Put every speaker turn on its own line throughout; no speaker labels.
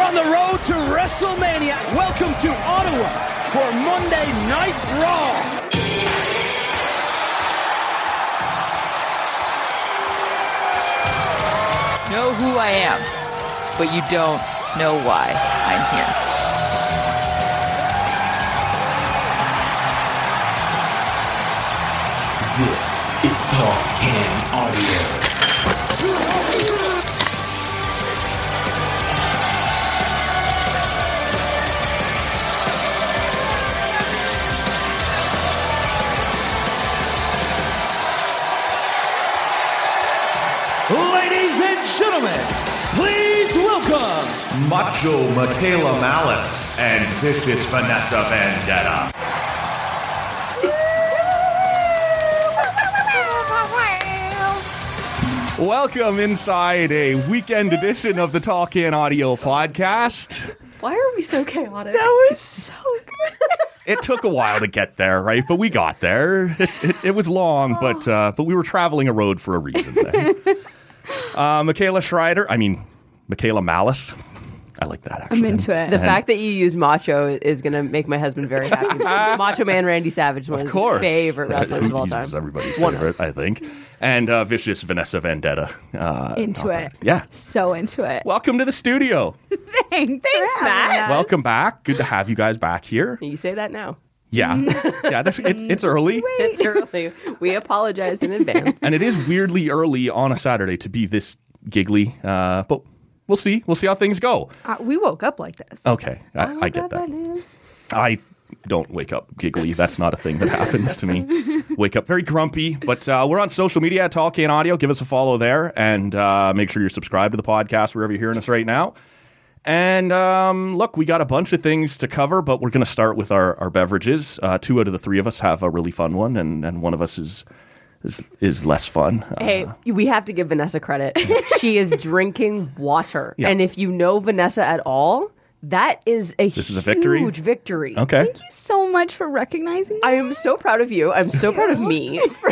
to WrestleMania. Welcome to Ottawa for Monday Night Raw.
Know who I am, but you don't know why I'm here.
This is Talk and Audio.
Ladies and gentlemen, please welcome
Macho Michaela Malice and Vicious Vanessa Vendetta.
Welcome inside a weekend edition of the Talk In Audio podcast.
Why are we so chaotic?
It took a while to get there, right? But we got there. It, it, it was long, but uh, but we were traveling a road for a reason. Then. Uh, Michaela Schreider, I mean Michaela Malice. I like that. Actually.
I'm into it.
The fact that you use macho is going to make my husband very happy. macho Man Randy Savage, one of,
of course,
his favorite wrestlers of all
He's
time.
everybody's
One of
favorite, I think. And uh, vicious Vanessa Vendetta. Uh,
Into it.
yeah.
So into it.
Welcome to the studio.
Thanks, for
Matt.
having us.
Welcome back. Good to have you guys back here.
You say that now.
Yeah, yeah. that's- It's, it's early.
It's early. We apologize in advance.
and it is weirdly early on a Saturday to be this giggly. Uh, but we'll see. We'll see how things go.
Uh, we woke up like this.
Okay, I, I, get that. I don't wake up giggly. That's not a thing that happens to me. Wake up very grumpy. But uh, we're on social media at Talk and Audio. Give us a follow there, and uh, make sure you're subscribed to the podcast wherever you're hearing us right now. And um, look, we got a bunch of things to cover, but we're going to start with our, our beverages. Uh, two out of the three of us have a really fun one, and, and one of us is is, is less fun. Uh,
Hey, we have to give Vanessa credit. She is drinking water.
Yeah.
And if you know Vanessa at all, that is a
This
huge
is a victory?
victory.
Okay.
Thank you so much for recognizing
I am so proud of you. I'm so proud of me for,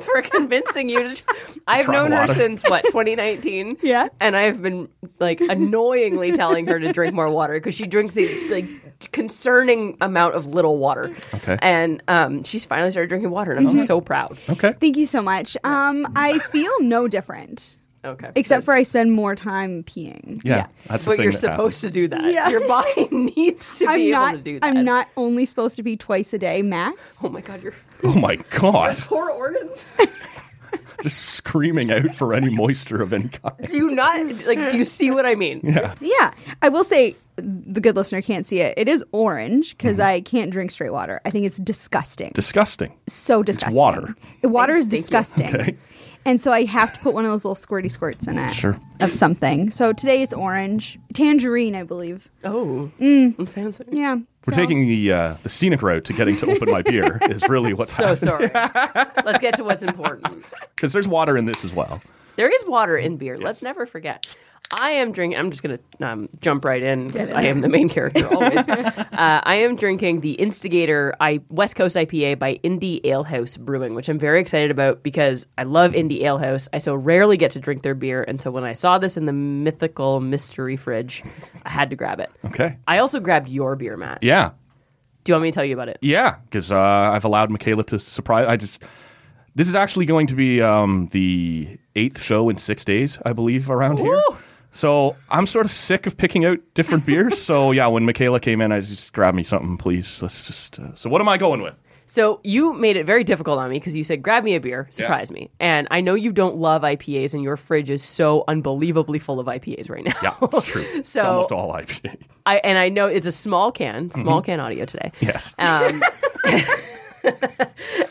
for convincing you to. Try. I've
Try
known
water.
her since what 2019.
Yeah.
and I've been like annoyingly telling her to drink more water because she drinks a like concerning amount of little water.
Okay.
and um, she's finally started drinking water, and I'm
Mm-hmm.
so proud.
Okay.
Thank you so much. Um, I feel no different,
Okay,
except for I spend more time peeing.
Yeah, that's the
but
thing
you're
that
supposed
happens.
to do that.
Yeah.
Your body needs to
I'm
be
not.
able to do that.
I'm not only supposed to be twice a day max.
Oh my god, your
Oh my god!
poor organs.
Just screaming out for any moisture of any kind.
Do you not like? Do you see what I mean?
Yeah.
Yeah, I will say the good listener can't see it. It is orange because I can't drink straight water. I think it's disgusting.
Mm-hmm. Disgusting.
so disgusting.
water.
Water is
Thank you.
disgusting.
Okay.
And so I have to put one of those little squirty squirts in it.
Sure.
Of something. So today it's orange. Tangerine, I believe.
Oh,
Mm.
I'm fancy.
Yeah.
We're taking the uh, the scenic route to getting to open my beer is really what's
So
happening
sorry. Let's get to what's important.
because there's water in this as well.
There is water in beer. Let's never forget. I am drinking. I'm just gonna um, jump right in because I am the main character always. uh, I am drinking the Instigator I West Coast IPA by Indie Ale House Brewing, which I'm very excited about because I love Indie Ale House. I so rarely get to drink their beer, and so when I saw this in the mythical mystery fridge, I had to grab it.
Okay.
I also grabbed your beer, Matt.
Yeah.
Do you want me to tell you about it?
Yeah. Because uh, I've allowed Michaela to surprise. I just. This is actually going to be um, the eighth show in six days, I believe, around here. So I'm sort of sick of picking out different beers. So yeah, when Michaela came in, I just grabbed me something, please. Let's just. Uh, so what am I going with?
So you made it very difficult on me because you said, "Grab me a beer, surprise me." And I know you don't love IPAs, and your fridge is so unbelievably full of IPAs right now.
Yeah, it's true. it's
So-
almost all IPA.
I and I know it's a small can,
Mm-hmm.
small can audio today.
Yes.
Um,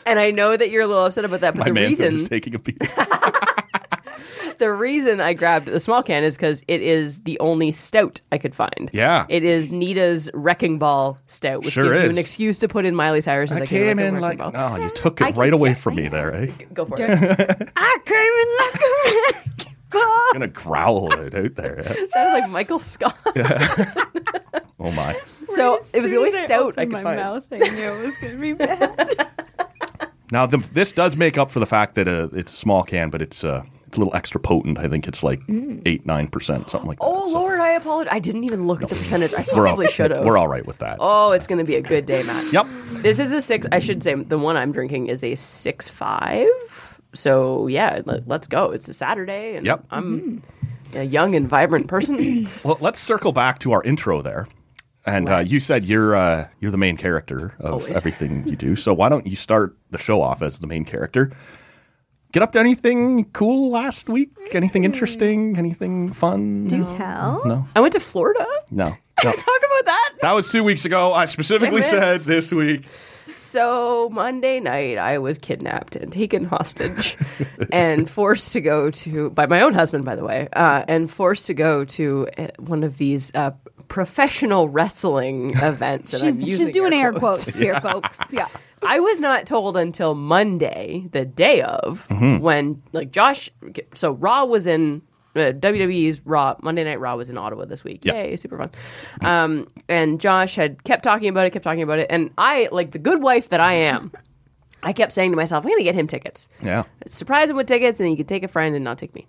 and I know that you're a little upset about that, but
My
the
man's
reason
just taking a piece.
the reason I grabbed the small can is because it is the only stout I could find.
Yeah.
it is Nita's Wrecking Ball Stout, which
Sure
gives you
is.
an excuse to put in Miley Cyrus.
I
like, hey,
came
Wrecking-
in
Wrecking
like,
Ball.
oh, you took it
can
right away
guess,
from
I
me
know.
there, eh?
go for it.
I came in like a ball.
Gonna growl it out there. eh?
it sounded like Michael Scott.
Oh my!
so it was the only stout I could
my
find.
mouth. I knew it was going to be bad.
Now the, this does make up for the fact that uh, it's a small can, but it's uh, it's a little extra potent. I think it's like eight nine percent, something like that.
Mm. Oh
So-
Lord, I apologize. I didn't even look at the percentage. I
We're all-
probably should have.
We're all right with that.
Oh, it's going to be a good day, Matt.
Yep.
This is a six. I should say the one I'm drinking is a six five. So yeah, let, let's go. It's a Saturday, and
Yep.
I'm
Mm-hmm.
a young and vibrant person.
Well, let's circle back to our intro there. And uh, you said you're uh, you're the main character of
Always.
everything you do. So why don't you start the show off as the main character? Get up to anything cool last week? Anything interesting? Anything fun?
Do tell.
No.
I went to Florida.
No. No.
Talk about that.
that was two weeks ago. I specifically
It is.
said this week.
So Monday night, I was kidnapped and taken hostage, and forced to go to by my own husband, by the way, uh, and forced to go to uh, one of these uh, professional wrestling events. and I'm
She's, she's
using
doing air
quotes.
quotes, here, folks. Yeah.
I was not told until Monday, the day of,
Mm-hmm.
when like Josh. So Raw was in uh, WWE's Raw Monday Night Raw was in Ottawa this week.
Yeah.
Yay, super fun. Um, and Josh had kept talking about it, kept talking about it, and I, like the good wife that I am, I kept saying to myself, "I'm going to get him tickets.
Yeah.
Surprise him with tickets, and he could take a friend and not take me."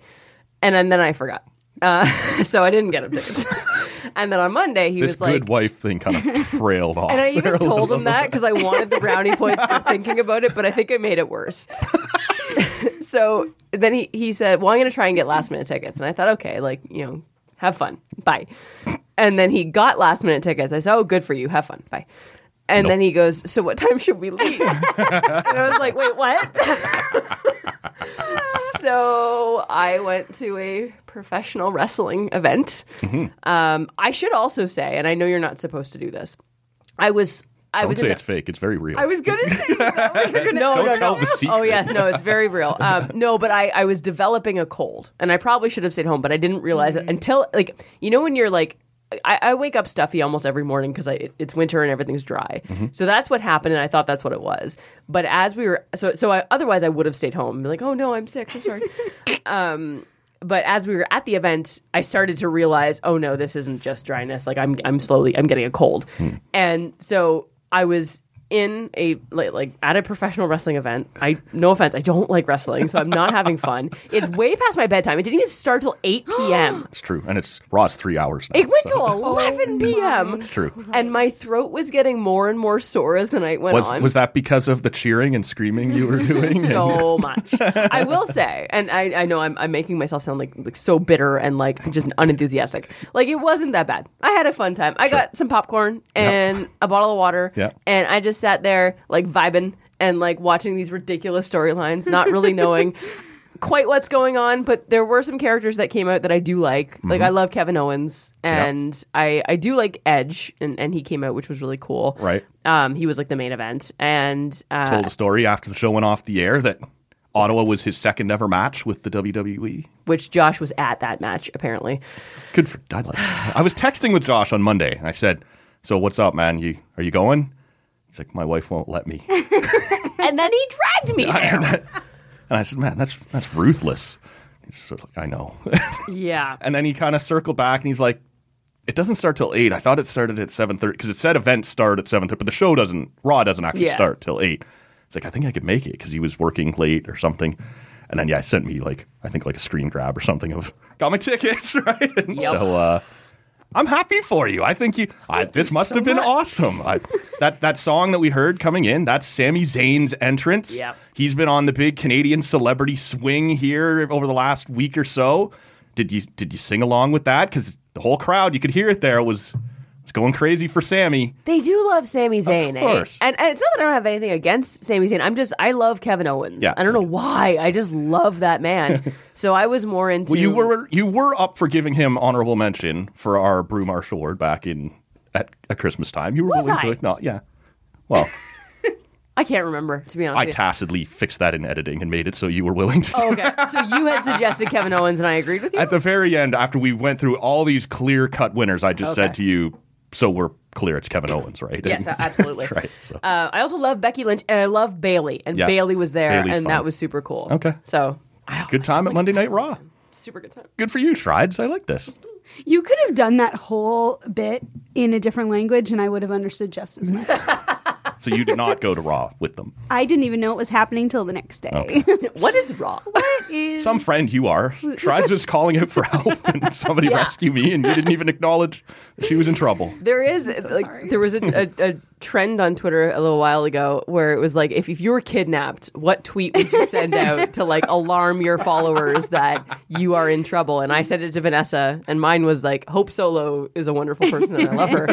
And, then then I forgot, uh, so I didn't get him tickets. and then on Monday he
This
was like,
good wife thing kind of trailed off.
and I
there
even
a
told
little
him that because I wanted the brownie points for thinking about it, but I think I made it worse. so then he, he said, Well, I'm going to try and get last minute tickets. And I thought, Okay, like, you know, have fun. Bye. And then he got last minute tickets. I said, Oh, good for you. Have fun. Bye. And then he goes, So what time should we leave? and I was like, Wait, what? so I went to a professional wrestling event.
Mm-hmm.
Um, I should also say, and I know you're not supposed to do this. I was. I
Don't
was in
say
the-
it's fake. It's very real.
I was going to say that. You're gonna-
no,
Don't
no,
tell
no.
the secret.
Oh yes, no, it's very real. Um, no, but I, I was developing a cold, and I probably should have stayed home, but I didn't realize it until like you know when you're like. I, I wake up stuffy almost every morning because it, it's winter and everything's dry.
Mm-hmm.
So that's what happened, and I thought that's what it was. But as we were, so so I, otherwise I would have stayed home and be like, oh no, I'm sick. I'm sorry. but as we were at the event, I started to realize, oh no, this isn't just dryness. Like I'm, I'm slowly, I'm getting a cold, and so I was in a like, like at a professional wrestling event. I no offense, I don't like wrestling, so I'm not having fun. It's way past my bedtime. It didn't even start till eight p.m.
It's true. And it's Raw's three hours now.
It went
so-
till
oh
eleven p.m.
It's true.
and my throat was getting more and more sore as the night went
Was,
on.
was that because of the cheering and screaming you were doing?
so much. I will say, and I, I know I'm, I'm making myself sound like like so bitter and like just unenthusiastic. Like it wasn't that bad. I had a fun time. I got some popcorn and a bottle of water,
Yeah.
and I just sat there like vibing and like watching these ridiculous storylines, not really knowing. Quite what's going on, but there were some characters that came out that I do like.
Mm-hmm.
Like I love Kevin Owens, and I I do like Edge, and, and he came out, which was really cool.
Right.
Um, he was like the main event, and uh,
told a story after the show went off the air that Ottawa was his second ever match with the WWE.
which Josh was at that match apparently.
Good for I, like that. I was texting with Josh on Monday and I said, "So what's up, man? You are you going?" He's like, "My wife won't let me." and
And then he dragged me there.
I said, "Man, that's that's ruthless." He's sort of like, "I know."
yeah.
and then he kind of circled back and he's like, "It doesn't start till 8. I thought it started at 7:30 because it said events start at 7:30, but the show doesn't Raw doesn't actually
Yeah.
start till 8." It's like, "I think I could make it cuz he was working late or something." And then yeah, he sent me like I think like a screen grab or something of got my tickets, right? And
Yep.
So uh I'm happy for you. I think you. I, this must
so
have been
much.
awesome. I, that that song that we heard coming in. That's Sami Zayn's entrance.
Yep.
He's been on the big Canadian celebrity swing here over the last week or so. Did you did you sing along with that? Because the whole crowd, you could hear it there, was was going crazy for Sammy.
They do love Sami Zayn, eh?
course.
And, and it's not that I don't have anything against Sami Zayn. I'm just I love Kevin Owens.
Yeah.
I don't know why. I just love that man. so I was more into.
Well, you were you were up for giving him honorable mention for our Brew Marshall Award back in at, at Christmas time. You were
Was
willing
I?
to acknowledge, yeah. Well,
I can't remember to be honest.
I
with you.
tacitly fixed that in editing and made it so you were willing to.
Oh, okay. So you had suggested Kevin Owens, and I agreed with you.
At the very end, after we went through all these clear cut winners, I just
Okay.
said to you, so we're clear it's Kevin Owens, right?
Yes,
And-
absolutely.
right. So.
Uh, I also love Becky Lynch, and I love Bailey, and
Yeah.
Bailey was there,
Bailey's
and
fun.
that was super cool.
Okay.
So I
good
always
time
like
at Monday Night
wrestling.
Raw.
Super good time.
Good for you, Shrides. I like this.
You could have done that whole bit in a different language and I would have understood just as much.
So you did not go to Raw with them.
I didn't even know it was happening till the next day.
What is wrong?
What is-
Some friend you are tried just calling out for help, and somebody rescued me, and you didn't even acknowledge that she was in trouble.
There is like there was a, a, a trend on Twitter a little while ago where it was like if, if you were kidnapped, what tweet would you send out to like alarm your followers that you are in trouble? And I sent it to Vanessa, and mine was like, "Hope Solo is a wonderful person and I love her."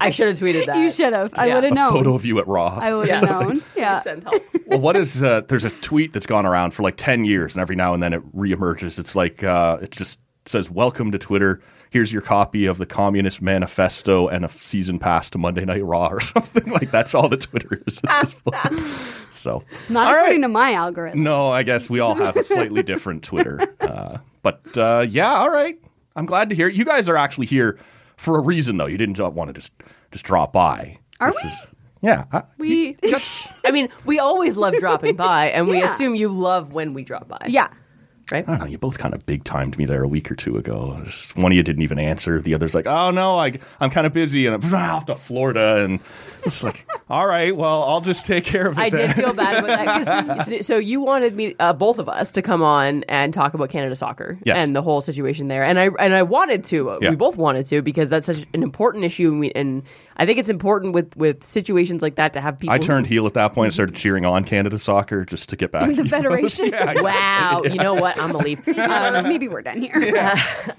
I should have tweeted that.
you should have. I
Yeah.
would have known.
Photo of you at Raw.
I would have
Yeah.
known. Yeah.
send help.
well, what is uh, there's a tweet that's gone around for like ten years, and every now and then it reemerges. It's like uh, it just says, "Welcome to Twitter. Here's your copy of the Communist Manifesto and a season pass to Monday Night Raw or something like." That's all that Twitter is. At this point. So
Not according to my algorithm.
no, I guess we all have a slightly different Twitter. Uh, but uh, yeah, all right. I'm glad to hear it. You guys are actually here for a reason, though. You didn't want to just just drop by.
Are
This
we?
is- yeah. I-
We,
just-
I mean, we always love dropping by, and we
Yeah.
assume you love when we drop by.
Yeah.
right.
I don't know. You both kind of big timed me there a week or two ago. Just- one of you didn't even answer. The other's like, "Oh no, I, I'm kind of busy and I'm off to Florida." And it's like, "All right, well, I'll just take care of it."
I
then."
did feel bad about that. 'cause- so you wanted me, uh, both of us, to come on and talk about Canada soccer
Yes.
and the whole situation there, and I and I wanted to. uh
Yeah.
We both wanted to because that's such an important issue, and, we, and I think it's important with with situations like that to have people.
I
who-
turned heel at that point and started cheering on Canada soccer just to get back.
The Federation.
Wow, you know what? I'm gonna leave.
Uh, maybe we're done here.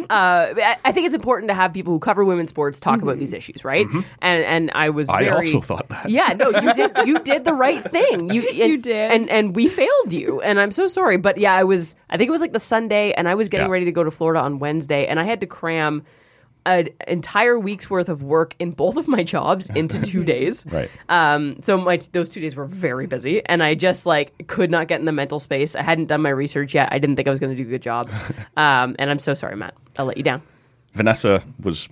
I I think it's important to have people who cover women's sports talk about these issues, right? And and I was.
Mm-hmm. I
very-
also thought that.
Yeah, no, you did. You did the right thing. You and,
You did.
and and we failed you. And I'm so sorry, but yeah, I was. I think it was like the Sunday, and I was getting
Yeah.
ready to go to Florida on Wednesday, and I had to cram an entire week's worth of work in both of my jobs into two days.
Right.
Um. So my those two days were very busy, and I just like could not get in the mental space. I hadn't done my research yet. I didn't think I was going to do a good job. Um. And I'm so sorry, Matt. I let you down.
Vanessa was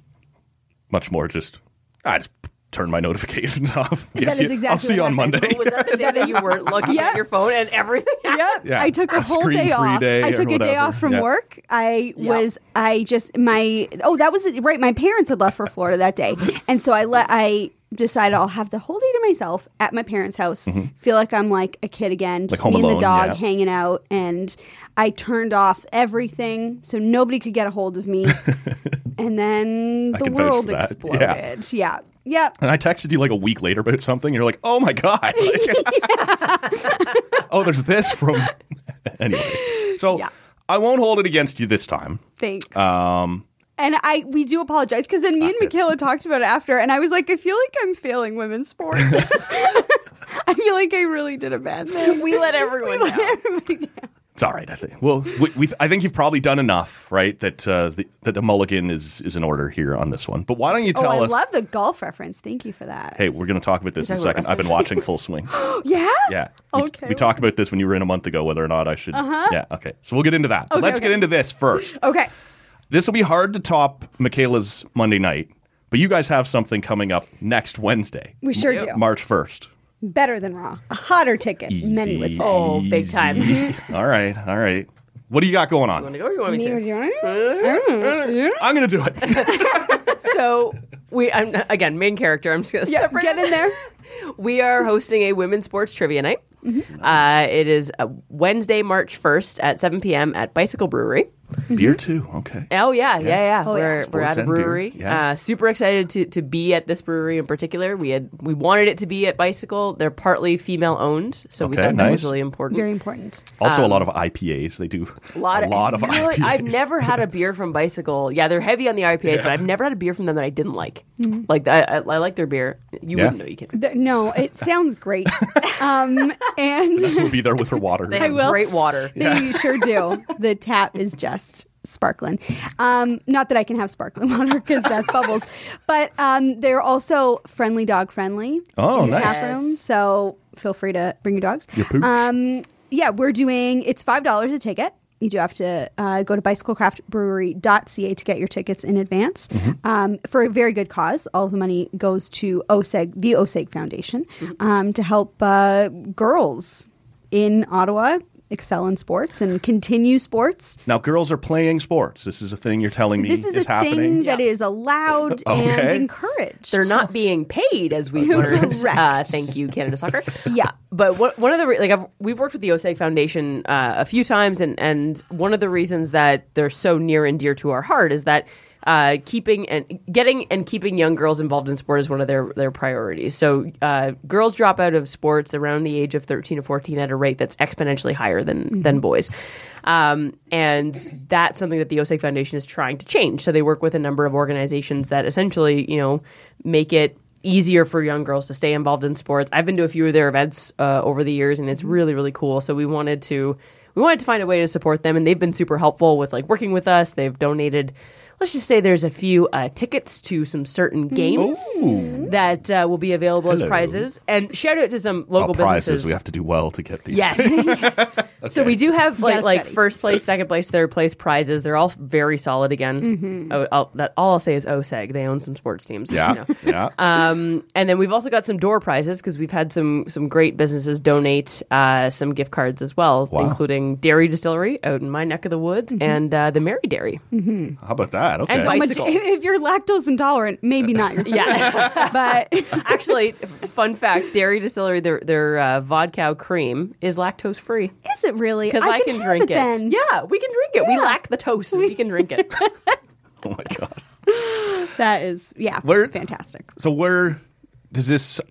much more just. I just turned my notifications off. Get
That is
you- I'll
exactly
see you
what
on
happened.
Monday.
Was that the day that you weren't looking at
Yeah.
your phone and everything?
Yep.
Yeah.
I took a,
A
whole day
screen-free
off.
day
I
or
took a day
whatever.
off from
Yeah.
work. I was I just my oh that was it, right. My parents had left for Florida that day, and so I let I decided I'll have the whole day to myself at my parents' house. Feel like I'm like a kid again, just
Mm-hmm. Home
me and
Alone,
the dog
yeah.
hanging out. And I turned off everything so nobody could get a hold of me. and then
I
the
can vouch for
world
that.
exploded. Yeah. Yep.
And I texted you like a week later about something. And you're like, oh my God. Like- oh, there's this from. anyway. So
Yeah.
I won't hold it against you this time.
Thanks.
Um,
And I we do apologize because then me and Michaela talked about it after, and I was like, I feel like I'm failing women's sports. I feel like I really did a bad thing.
We let everyone down.
it's all right, I think. Well, we, we I think you've probably done enough, right? That uh, the, that a mulligan is is in order here on this one. But why don't you
Oh,
tell
I
us?
love the golf reference. Thank you for that.
hey, we're going to talk about this in a
talking about
second. I've been watching Full Swing.
Yeah.
Yeah. We,
Okay.
We talked about this when you were in a month ago, whether or not I should. Yeah. Okay. So we'll get into that. But
Okay,
let's
okay.
get into this first.
Okay.
This will be hard to top Michaela's Monday night, but you guys have something coming up next Wednesday.
We sure
Yep.
do.
March 1st.
Better than raw. A hotter ticket. Many would
Easy.
say.
Oh, big
Easy.
time.
all right. All right. What do you got going
Want
on?
to go or you want me
Me,
to?
would you want it?
I'm going to do it.
So we, I'm again main character. I'm just gonna
Yeah,
separate.
Get in there.
We are hosting a women's sports trivia night.
Mm-hmm.
Uh, it is uh, Wednesday, March first at 7 p.m. at Bicycle Brewery.
Beer too. Okay.
Oh yeah, yeah, yeah.
Oh, yeah.
we're we're
Sports
at a
and beer.
brewery.
Yeah.
Uh, super excited to to be at this brewery in particular. We had we wanted it to be at Bicycle. They're partly female owned, so we
Okay,
thought that was
nice.
really important.
Very important.
Also, a lot of IPAs. They do a
um, lot of,
lot of
really,
IPAs.
I've never had a beer from Bicycle. Yeah, they're heavy on the IPAs, but I've never had a beer from them that I didn't like.
Mm-hmm.
Like I, I, I like their beer. You
Yeah.
wouldn't know you can.
The- no, it sounds great. um, and
We'll be there with her water.
They have
will.
great water.
They sure do. The tap is just sparkling. Um, not that I can have sparkling water because that's bubbles, but um, they're also friendly dog friendly.
Oh,
in the
nice.
Tap room, so feel free to bring your dogs.
Your pooch.
Um, yeah, we're doing. It's five dollars a ticket. You do have to uh, go to bicyclecraftbrewery.ca to get your tickets in advance
Mm-hmm.
um, for a very good cause. All of the money goes to OSEG, the E
Mm-hmm.
OSEG Foundation, um, to help uh, girls in Ottawa excel in sports and continue sports.
Now, girls are playing sports. This is a thing you're telling me
This is, a
happening.
thing that is allowed and
Okay.
encouraged.
They're not being paid, as we learned.
Correct.
Uh, thank you, Canada Soccer.
Yeah.
but what, one of the re- like I've, we've worked with the Osag Foundation uh, a few times, and and one of the reasons that they're so near and dear to our heart is that. Uh, keeping and getting and keeping young girls involved in sport is one of their, their priorities. So, uh, girls drop out of sports around the age of thirteen or fourteen at a rate that's exponentially higher than than boys. Um, and that's something that the OSEC Foundation is trying to change. So they work with a number of organizations that essentially, you know, make it easier for young girls to stay involved in sports. I've been to a few of their events uh, over the years, and it's
Mm-hmm.
really, really cool. So we wanted to we wanted to find a way to support them, and they've been super helpful with like working with us. They've donated. Let's just say there's a few uh, tickets to some certain games that uh, will be available as
Mm-hmm. Oh. Hello.
prizes. And shout out to some local
Oh, prizes.
businesses.
We have to do well to get these.
Yes. So we do have like
Gotta
like
study.
first place, second place, third place prizes. They're all very solid again. Oh, I'll, that all I'll say is OSEG. They own some sports teams. as you
Mm-hmm. Yeah.
know. Uh,
Yeah.
And then we've also got some door prizes because we've had some some great businesses donate uh, some gift cards as well,
Wow.
including Dairy Distillery out in my neck of the woods and uh, the Mary Dairy.
How about that? Okay.
And
So much, if,
bicycle.
if you're lactose intolerant, maybe not your
Yeah.
but
Actually, fun fact: Dairy Distillery their their uh, vodka cream is lactose free.
is it really?
Because I, can,
have
drink it.
Then.
Yeah, we can drink it. We
Yeah.
lack the toast, and we can drink it.
oh my god.
that is yeah,
Where-
fantastic.
So where does this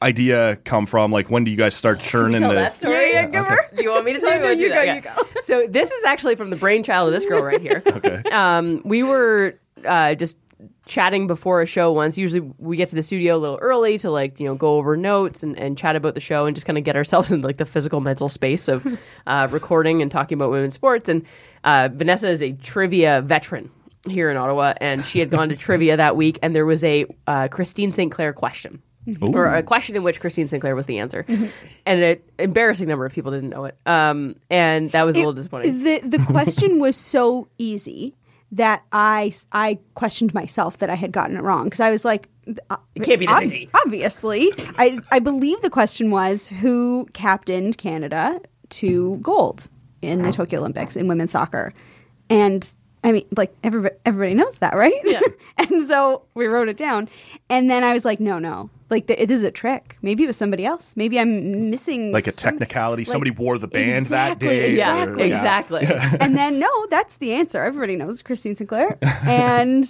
idea come from? Like when do you guys start churning
tell
the
that story?
Yeah, yeah, give her.
Do you want me to tell
No,
you?
no,
or do
you
that?
go,
Okay.
you go.
So this is actually from the brainchild of this girl right here. okay. Um, we were uh, just chatting before a show once. Usually we get to the studio a little early to like you know go over notes and, and chat about the show and just kind of get ourselves in like the physical mental space of uh, recording and talking about women's sports. And uh, Vanessa is a trivia veteran. Here in Ottawa, and she had gone to trivia that week, and there was a uh, Christine St. Clair question or a question in which Christine Sinclair was the answer, and an embarrassing number of people didn't know it. Um, and that was a little disappointing.
The the question was so easy that I I questioned myself that I had gotten it wrong because I was like, uh,
It can't be this
ob-
easy.
Obviously, I I believe the question was who captained Canada to gold in the Tokyo Olympics in women's soccer, and. I mean, like everybody, everybody knows that, right? Yeah. and so we wrote it down, and then I was like, "No, no, like th- this is a trick. Maybe it was somebody else. Maybe I'm missing
like a
some-
technicality?
like-
Somebody wore the band that
Exactly,
day. or-
yeah,
Exactly.
exactly.
and then no, that's the answer. Everybody knows Christine Sinclair, and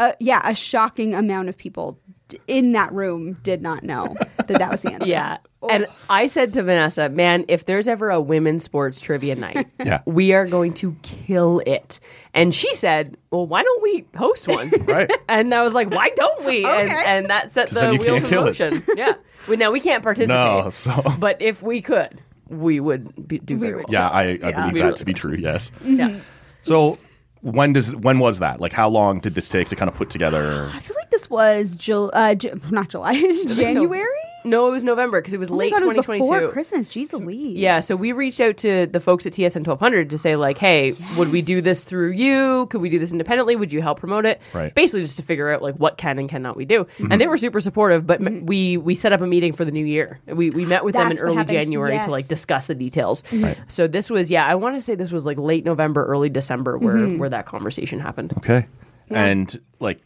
uh, yeah, a shocking amount of people d- in that room did not know that that was the answer.
Yeah. And I said to Vanessa, man, if there's ever a women's sports trivia night,
Yeah.
we are going to kill it. And she said, well, why don't we host one?
Right.
And I was like, why don't we? And,
Okay.
and that set
'Cause then
the
you
wheels
can't
in
kill it.
motion. Yeah. Well, now we can't participate.
No, so-
But if we could, we would be, do very well.
Yeah, I, I believe
Yeah.
that to be true. Yes.
yeah.
So when does when was that? Like how long did this take to kind of put together?
I feel like this was Jul- uh, Ju- not July, January.
No, it was November because it was
Oh my
late
God, it was
2022.
before Christmas. Jeez Louise.
Yeah, so we reached out to the folks at TSN 1200 to say like, "Hey, would we do this through you? Could we do this independently? Would you help promote it?"
Right.
Basically, just to figure out like what can and cannot we do. And they were super supportive. But m we we set up a meeting for the new year. We we met with them in
Mm-hmm. That's what
early
happened.
January to like
Yes.
discuss the details. So this was yeah, I want to say this was like late November, early December where
Mm-hmm.
where that conversation happened.
Okay. And like,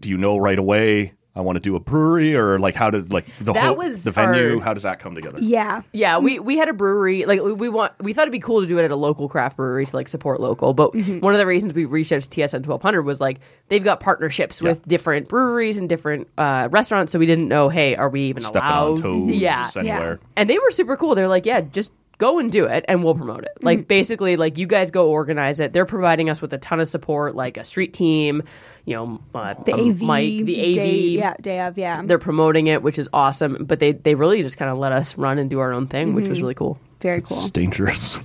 do you know right away? I want to do a brewery, or like, how does like the
That
whole
was
the venue?
our-
How does that come together?
yeah.
Yeah,
Mm-hmm.
we we had a brewery. Like we- we want, we thought it'd be cool to do it at a local craft brewery to like support local. But
Mm-hmm.
one of the reasons we reached out to TSN twelve hundred was like they've got partnerships with different breweries and different uh, restaurants. So we didn't know, hey, are we even
Stepping
allowed?
on toes
Yeah,
anywhere.
and they were super cool. They're like, yeah, just go and do it and we'll promote it. Like
Mm-hmm.
basically like you guys go organize it. They're providing us with a ton of support like a street team, you know, uh,
The
um,
AV
Mike, the AV.
day, yeah, day of, yeah,
They're promoting it, which is awesome, but they they really just kind of let us run and do our own thing, which was really cool.
very cool.
It's dangerous.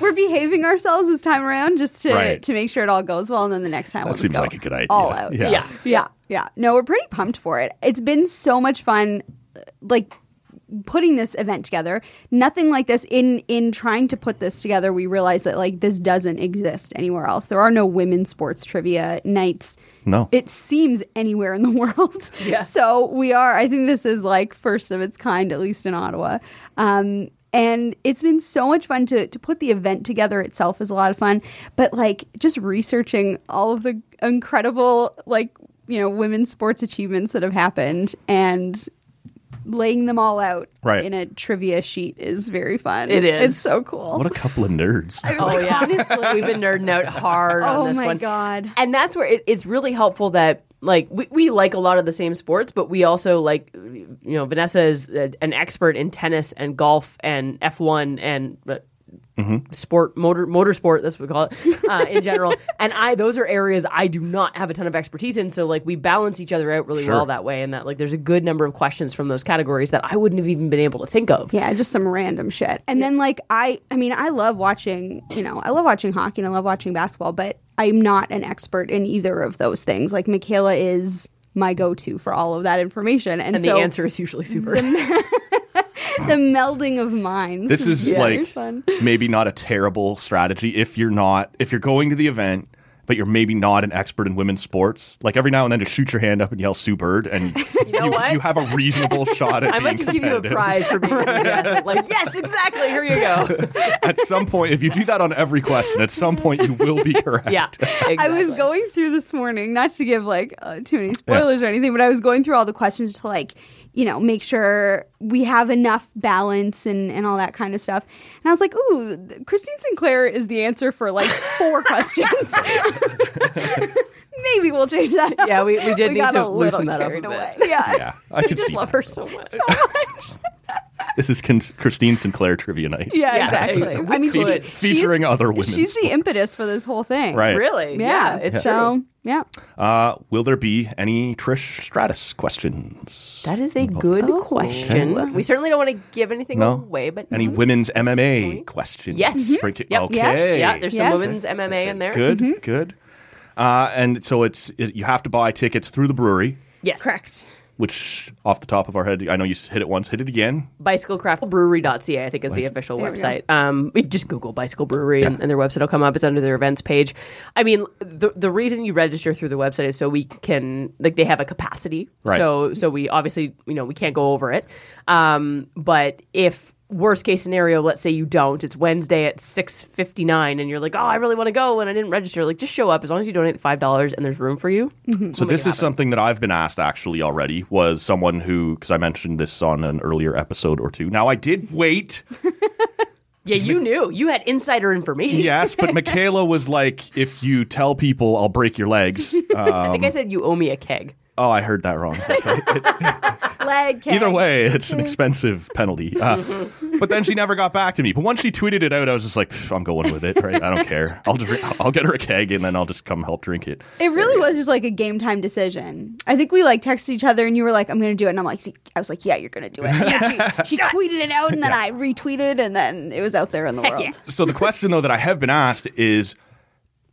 We're behaving ourselves this time around just to
Right.
to make sure it all goes well, and then the next time
that
we'll just
seems
go
like a good idea.
all out.
Yeah.
Yeah.
Yeah, yeah. No, we're pretty pumped for it. It's been so much fun, like putting this event together. Nothing like this in in trying to put this together. We realized that like this doesn't exist anywhere else. There are no women's sports trivia nights.
No.
it seems anywhere in the world.
Yeah.
So we are. I think this is like first of its kind, at least in Ottawa. Um, and it's been so much fun to to put the event together itself is a lot of fun but like just researching all of the incredible like you know women's sports achievements that have happened and laying them all out
Right.
in a trivia sheet is very fun
It is.
it's so cool
What a couple of nerds.
Oh yeah, honestly, we've been nerding out hard
Oh,
on this
my
one.
God.
And that's where it, it's really helpful that like we, we like a lot of the same sports, but we also like you know Vanessa is uh an expert in tennis and golf and F one and. Uh, Sport, motor, motorsport. That's what we call it uh, in general. and I, those are areas I do not have a ton of expertise in. So like we balance each other out really
Sure.
well that way. And that like there's a good number of questions from those categories that I wouldn't have even been able to think of.
Yeah, just some random shit. And then like I I mean, I love watching, you know, I love watching hockey and I love watching basketball, but I'm not an expert in either of those things. Like Michaela is my go-to for all of that information. And,
And
so
the answer is usually super.
the melding of minds.
This is
very
like
fun.
maybe not a terrible strategy if you're not if you're going to the event but you're maybe not an expert in women's sports. Like every now and then, just shoot your hand up and yell "Sue Bird," and you,
know what?
you have a reasonable shot at
I
being
might just give you a
competitive.
prize for being enthusiastic. like, yes, exactly. Here you go.
At some point, if you do that on every question, at some point you will be correct.
Yeah,
I was
exactly.
going through this morning, not to give like uh, too many spoilers or anything, but I was going through all the questions to like, you know, make sure we have enough balance and, and all that kind of stuff. And I was like, ooh, Christine Sinclair is the answer for like four questions. Maybe we'll change that. up.
Yeah, we- we did need
got
to
a little
loosen that up a
carried
bit.
away. Yeah.
yeah, I can see.
Love
that.
her so much. So much.
This is Con- Christine Sinclair trivia night.
Yeah,
Yeah,
exactly.
dude,
I mean,
we
she,
could.
she's-
Featuring other women.
She's the impetus for this whole thing.
right.
Really?
Yeah.
it's
so,
true.
yeah.
Uh, will there be any Trish Stratus questions?
That is a good
Oh.
question. We certainly don't want to give anything
No
away, but
any women's MMA questions?
Yes.
Drink it-
Yep.
Okay.
Yes.
Yeah, there's
Yes.
some women's MMA in there.
Good, good. Uh, and so it's it, you have to buy tickets through the brewery,
Yes.
Correct.
which off the top of our head, I know you s- hit it once, hit it again.
bicyclecraftbrewery.ca i think is the official
There we go.
website um we just google bicycle brewery and, and their website will come up it's under their events page i mean the the reason you register through the website is so we can like they have a capacity
Right.
so so we obviously you know we can't go over it um but if worst case scenario let's say you don't it's wednesday at 6.59 and you're like oh i really want to go and i didn't register like just show up as long as you donate the five dollars and there's room for you
So this is something that I've been asked actually already. Was someone who because I mentioned this on an earlier episode or two. Now I did wait,
yeah you knew you had insider information
yes, but Michaela was like, "If you tell people, I'll break your legs." Uh,
i think i said you owe me a keg
oh, I heard that wrong.
Leg
Either
kick.
way, it's
Mm-hmm.
an expensive penalty. Uh, but then she never got back to me. But once she tweeted it out, I was just like, "Pff, I'm going with it. Right? I don't care. I'll drink, I'll get her a keg and then I'll just come help drink it.
It really was just like a game time decision. I think we like texted each other, and you were like, "I'm going to do it," and I'm like, See, "I was like, yeah, you're going to do it." And she she tweeted it out, and then I retweeted, and then it was out there in the world.
So the question though that I have been asked is,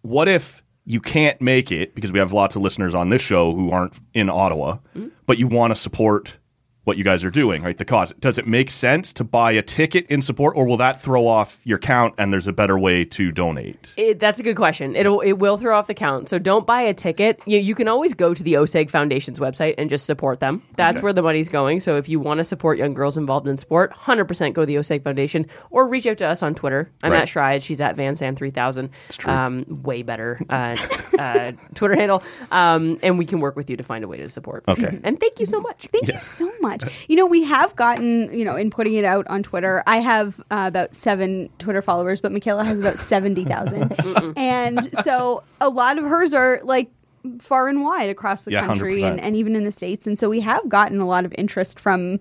what if you can't make it because we have lots of listeners on this show who aren't in Ottawa,
Mm.
but you want to support what you guys are doing, right? The cause. Does it make sense to buy a ticket in support, or will that throw off your count and there's a better way to donate?
It, that's a good question. It'll it will throw off the count. So don't buy a ticket. You, you can always go to the OSEG Foundation's website and just support them. That's where the money's going. So if you want to support young girls involved in sport, hundred percent go to the OSEG Foundation or reach out to us on Twitter. I'm
Right.
at Shride. She's at Vansan three thousand. Um, way better uh, uh, Twitter handle. Um, and we can work with you to find a way to support.
Okay.
And thank you so much.
Thank you so much. You know, we have gotten, you know, in putting it out on Twitter, I have uh, about seven Twitter followers, but Michaela has about 70,000. and so a lot of hers are like far and wide across the
Yeah,
country and,
100%.
and even in the States. And so we have gotten a lot of interest from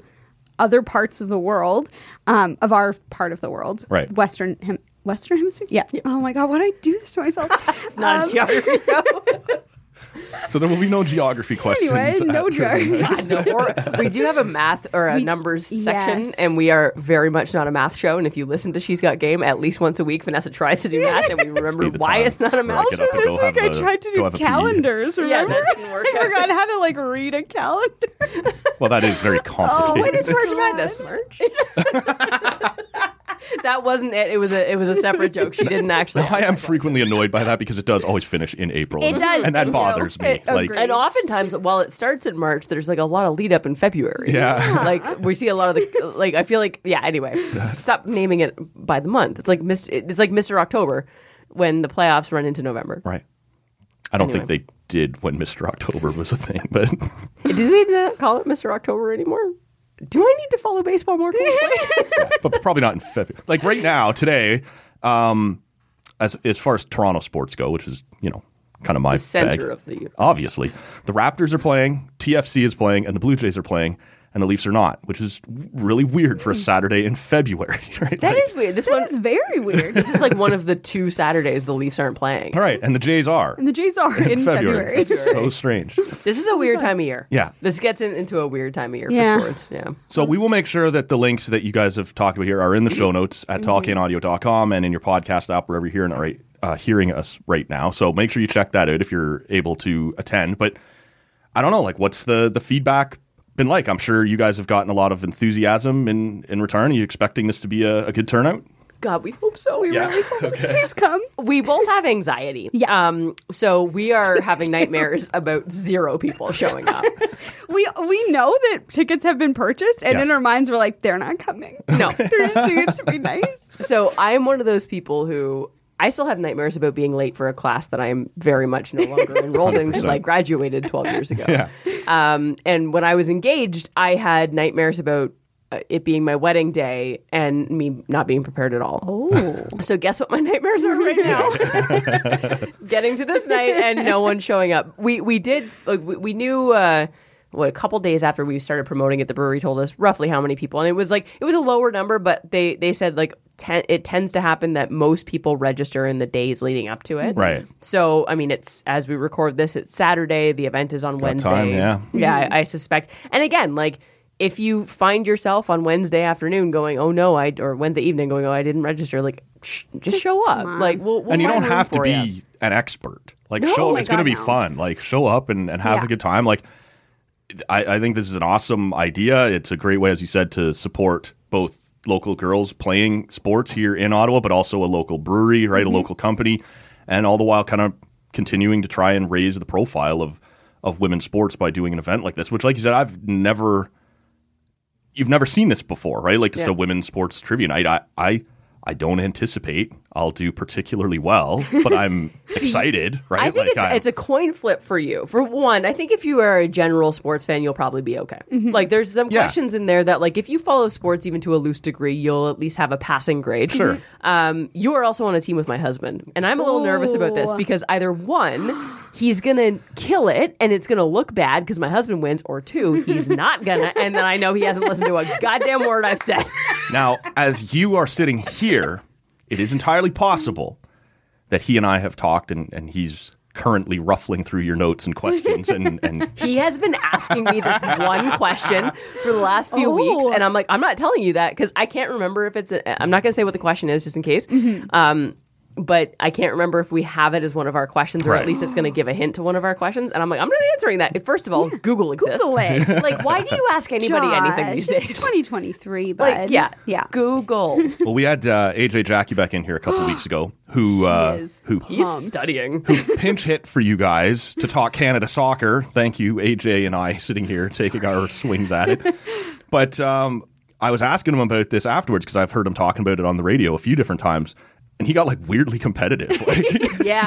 other parts of the world, um, of our part of the world,
Right.
Western hem- Western Hemisphere? Yeah. Oh my God, why do I do this to myself? Um, it's
Not a geography.
So there will be no geography questions.
Anyway, no
at Trivia Night.
drug.
No, or- we do have a math or a numbers section,
yes.
and we are very much not a math show. And if you listen to She's Got Game at least once a week, Vanessa tries to do math, and we remember
be the
why
time
it's not a
where I
math
get
show.
up and
This
go
week I
have a-
tried to
go
do
have a pee.
calendars.
Yeah,
Remember?
that didn't work
I
out.
forgot how to like read a calendar.
Well, that is very
When
Oh, complicated.
is March Madness, March? that wasn't it. It was a it was a separate joke. She didn't actually.
I am frequently annoyed by that because it does always finish in April.
It does,
and that
you know.
bothers me.
I
Like,
agree.
And oftentimes, while it starts in March, there's like a lot of lead up in February.
Yeah.
like we see a lot of the like. I feel like yeah. Anyway, stop naming it by the month. It's like Mr. It's like Mr. October when the playoffs run into November.
right? I don't
Anyway.
think they did when Mr. October was a thing, but
Do we not call it Mr. October anymore? Do I need to follow baseball more closely?
but probably not in February. Like right now, today, um, as as far as Toronto sports go, which is you know kind of my
The center
bag,
of the universe.
obviously, the Raptors are playing, TFC is playing, and the Blue Jays are playing, and the Leafs are not, which is really weird for a Saturday in February, right?
that is weird. This one
It's very weird.
This is like one of the two Saturdays the Leafs aren't playing.
all right, and the Jays are
And the Jays are in, February.
It's so strange.
This is a weird time of year.
Yeah.
This gets in, into a weird time of year
Yeah.
for sports. Yeah.
So we will make sure that the links that you guys have talked about here are in the show notes at
Mm-hmm.
talkinaudio.com and in your podcast app wherever you're hearing it right uh, hearing us right now. So make sure you check that out if you're able to attend. But I don't know, like what's the the feedback been like? I'm sure you guys have gotten a lot of enthusiasm in in return. Are you expecting this to be a, a good turnout?
God, we hope so. We
Yeah.
really hope so.
oh, Please come.
We both have anxiety.
Yeah.
Um, so we are having nightmares about zero people showing up.
We we know that tickets have been purchased, and in
Yes.
our minds, we're like, they're not coming.
No.
they're just doing it to be nice.
So I am one of those people who I still have nightmares about being late for a class that I am very much no longer enrolled in because I
100%.
graduated 12 years ago. Um, and when I was engaged, I had nightmares about uh, it being my wedding day and me not being prepared at all.
Oh,
So guess what my nightmares are right now? Getting to this night and no one showing up. We we did like we, we knew uh what a couple days after we started promoting it the brewery told us roughly how many people and it was like it was a lower number but they they said like ten, it tends to happen that most people register in the days leading up to it.
Right.
So I mean it's as we record this it's Saturday, the event is on Wednesday.
time, yeah.
Yeah, I, I suspect. And again, like if you find yourself on Wednesday afternoon going, "Oh no," I or Wednesday evening going, "Oh, I didn't register," like sh- just show up. Like we'll, we'll
and you
find
don't
room
have to
for
be
ya.
an expert. Like
No,
show
oh
up.
my
It's going to
God,
be
no.
fun. Like show up and, and have
Yeah.
a good time. Like I, I think this is an awesome idea. It's a great way, as you said, to support both local girls playing sports here in Ottawa, but also a local brewery, right?
Mm-hmm.
A local company, and all the while kind of continuing to try and raise the profile of of women's sports by doing an event like this. Which, like you said, I've never you've never seen this before, right? Like just
Yeah.
a women's sports trivia night. I, I I don't anticipate I'll do particularly well, but I'm excited, right?
I think it's,
I'm-
it's a coin flip for you. For one, I think if you are a general sports fan, you'll probably be okay. Like, there's some
Yeah.
questions in there that, like, if you follow sports even to a loose degree, you'll at least have a passing grade.
Sure.
Um, you are also on a team with my husband, and I'm a little nervous about this
Ooh.
because either one, he's gonna kill it, and it's gonna look bad because my husband wins, or two, he's not gonna, and then I know he hasn't listened to a goddamn word I've said.
now, as you are sitting here, it is entirely possible that he and I have talked and, and he's currently ruffling through your notes and questions and, and
He has been asking me this one question for the last few
Oh.
weeks, and I'm like, I'm not telling you that because I can't remember if it's. A, I'm not going to say what the question is, just in case.
Mm-hmm.
Um, but I can't remember if we have it as one of our questions, or
Right.
at least it's going to give a hint to one of our questions. And I'm like, I'm not answering that. First of all, Google exists.
Google it.
like, why do you ask anybody anything these
Josh, it's
days?
2023, bud.
Like, yeah,
yeah.
Google.
well, we had uh, AJ Jackie back in here a couple weeks ago who uh,
is
who
He's studying.
who pinch hit for you guys to talk Canada soccer. Thank you, AJ and I, sitting here taking our swings at it. But um, I was asking him about this afterwards because I've heard him talking about it on the radio a few different times, and he got like weirdly competitive. Like,
Yeah,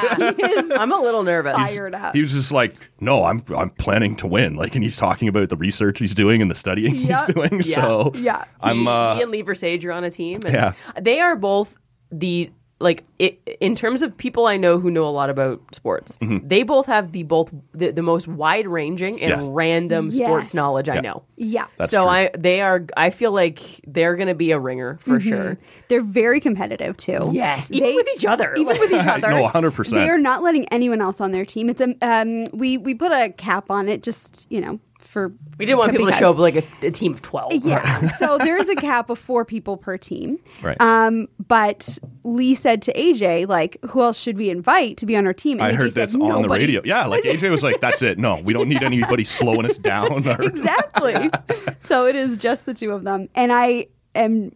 I'm a little nervous.
Fired up.
he was just like, "No, I'm I'm planning to win." Like, and he's talking about the research he's doing and the studying
Yep.
he's doing.
Yeah.
So
Yeah.
I'm. Uh,
he and Lever Sage are on a team. And
Yeah.
They are both the like i in terms of people I know who know a lot about sports.
Mm-hmm.
They both have the both the, the most wide ranging and
Yeah.
random sports
Yes.
knowledge I
Yeah.
know.
yeah.
so
true.
I they are I feel like they're going to be a ringer for
Mm-hmm.
sure.
They're very competitive too.
Yes, even with each other.
Even with each other.
No, 100%.
They are not letting anyone else on their team. It's a um, we we put a cap on it just you know for
We didn't want people to
because-
show up like a, a team of 12.
Yeah. so there is a cap of four people per team.
Right.
Um, but Lee said to AJ, like, who else should we invite to be on our team? And
I
AJ
heard
said,
this on the
"Nobody."
radio. Yeah, like AJ was like, "That's it. No, we don't need anybody slowing us down." or-
Exactly. so it is just the two of them. And I am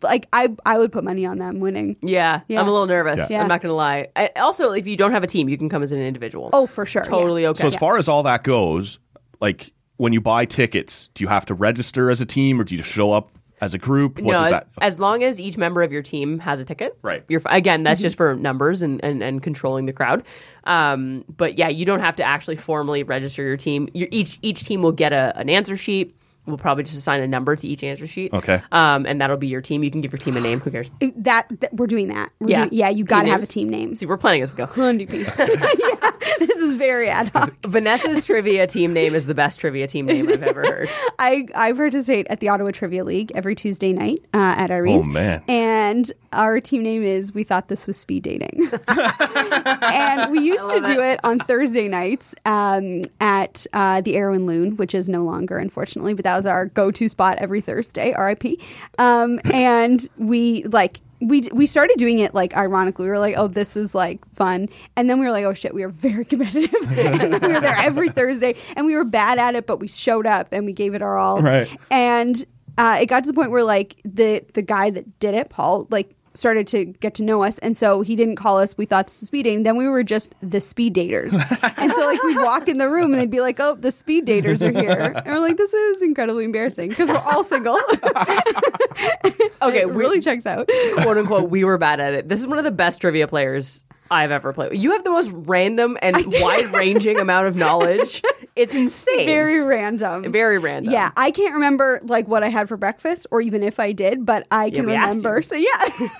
like I I would put money on them winning.
Yeah,
Yeah.
I'm a little nervous.
Yeah.
I'm not gonna lie. I, also, if you don't have a team, you can come as an individual.
Oh, for sure.
totally
Yeah.
okay.
So as far as all that goes, like when you buy tickets, do you have to register as a team or do you just show up as a group? What
no,
does
as,
that?
as long as each member of your team has a ticket,
Right.
You're fi- again, that's just for numbers and, and, and controlling the crowd. Um, but yeah, you don't have to actually formally register your team. Your, each each team will get a, an answer sheet. We'll probably just assign a number to each answer sheet.
Okay.
um, and that'll be your team. You can give your team a name. Who cares?
It- That, that- we're doing that. We're
Yeah.
doing- yeah. You
Team
got to have a
names.
team name.
See, we're planning as we go.
Hundred people. yeah, this is very ad hoc.
Vanessa's trivia team name is the best trivia team name I've ever heard.
I, I participate at the Ottawa Trivia League every Tuesday night uh, at Irene's.
man.
And our team name is We Thought This Was Speed Dating. and we used to do it. on Thursday nights um, at uh, the Arrow and Loon, which is no longer, unfortunately, but that was our go to spot every Thursday, RIP. Um, and we like, we, we started doing it like ironically. We were like, oh, this is like fun. And then we were like, oh shit, we are very competitive. And we were there every Thursday and we were bad at it, but we showed up and we gave it our all.
Right.
And uh, it got to the point where like the the guy that did it, Paul, like started to get to know us, and so he didn't call us. We thought this was speeding. Then we were just the speed daters, and so like we'd walk in the room and they'd be like, "Oh, the speed daters are here," and we're like, "This is incredibly embarrassing because we're all single."
Okay,
it
we-
really checks out.
quote unquote, we were bad at it. This is one of the best trivia players I've ever played. with. You have the most random and wide ranging amount of knowledge. It's insane.
Very random.
Very random.
Yeah, I can't remember like what I had for breakfast, or even if I did, but I can
we asked
remember.
you.
So yeah,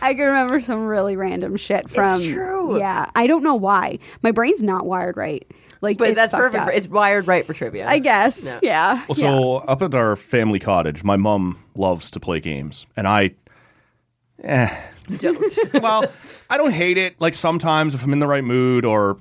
I can remember some really random shit from.
true.
Yeah, I don't know why my brain's not wired right. Like,
but
it's
that's
fucked
perfect.
up.
For, it's wired right for trivia.
I guess.
Yeah.
Yeah.
Well,
yeah.
so up at our family cottage, my mum loves to play games, and I eh,
don't.
well, I don't hate it. Like sometimes, if I'm in the right mood, or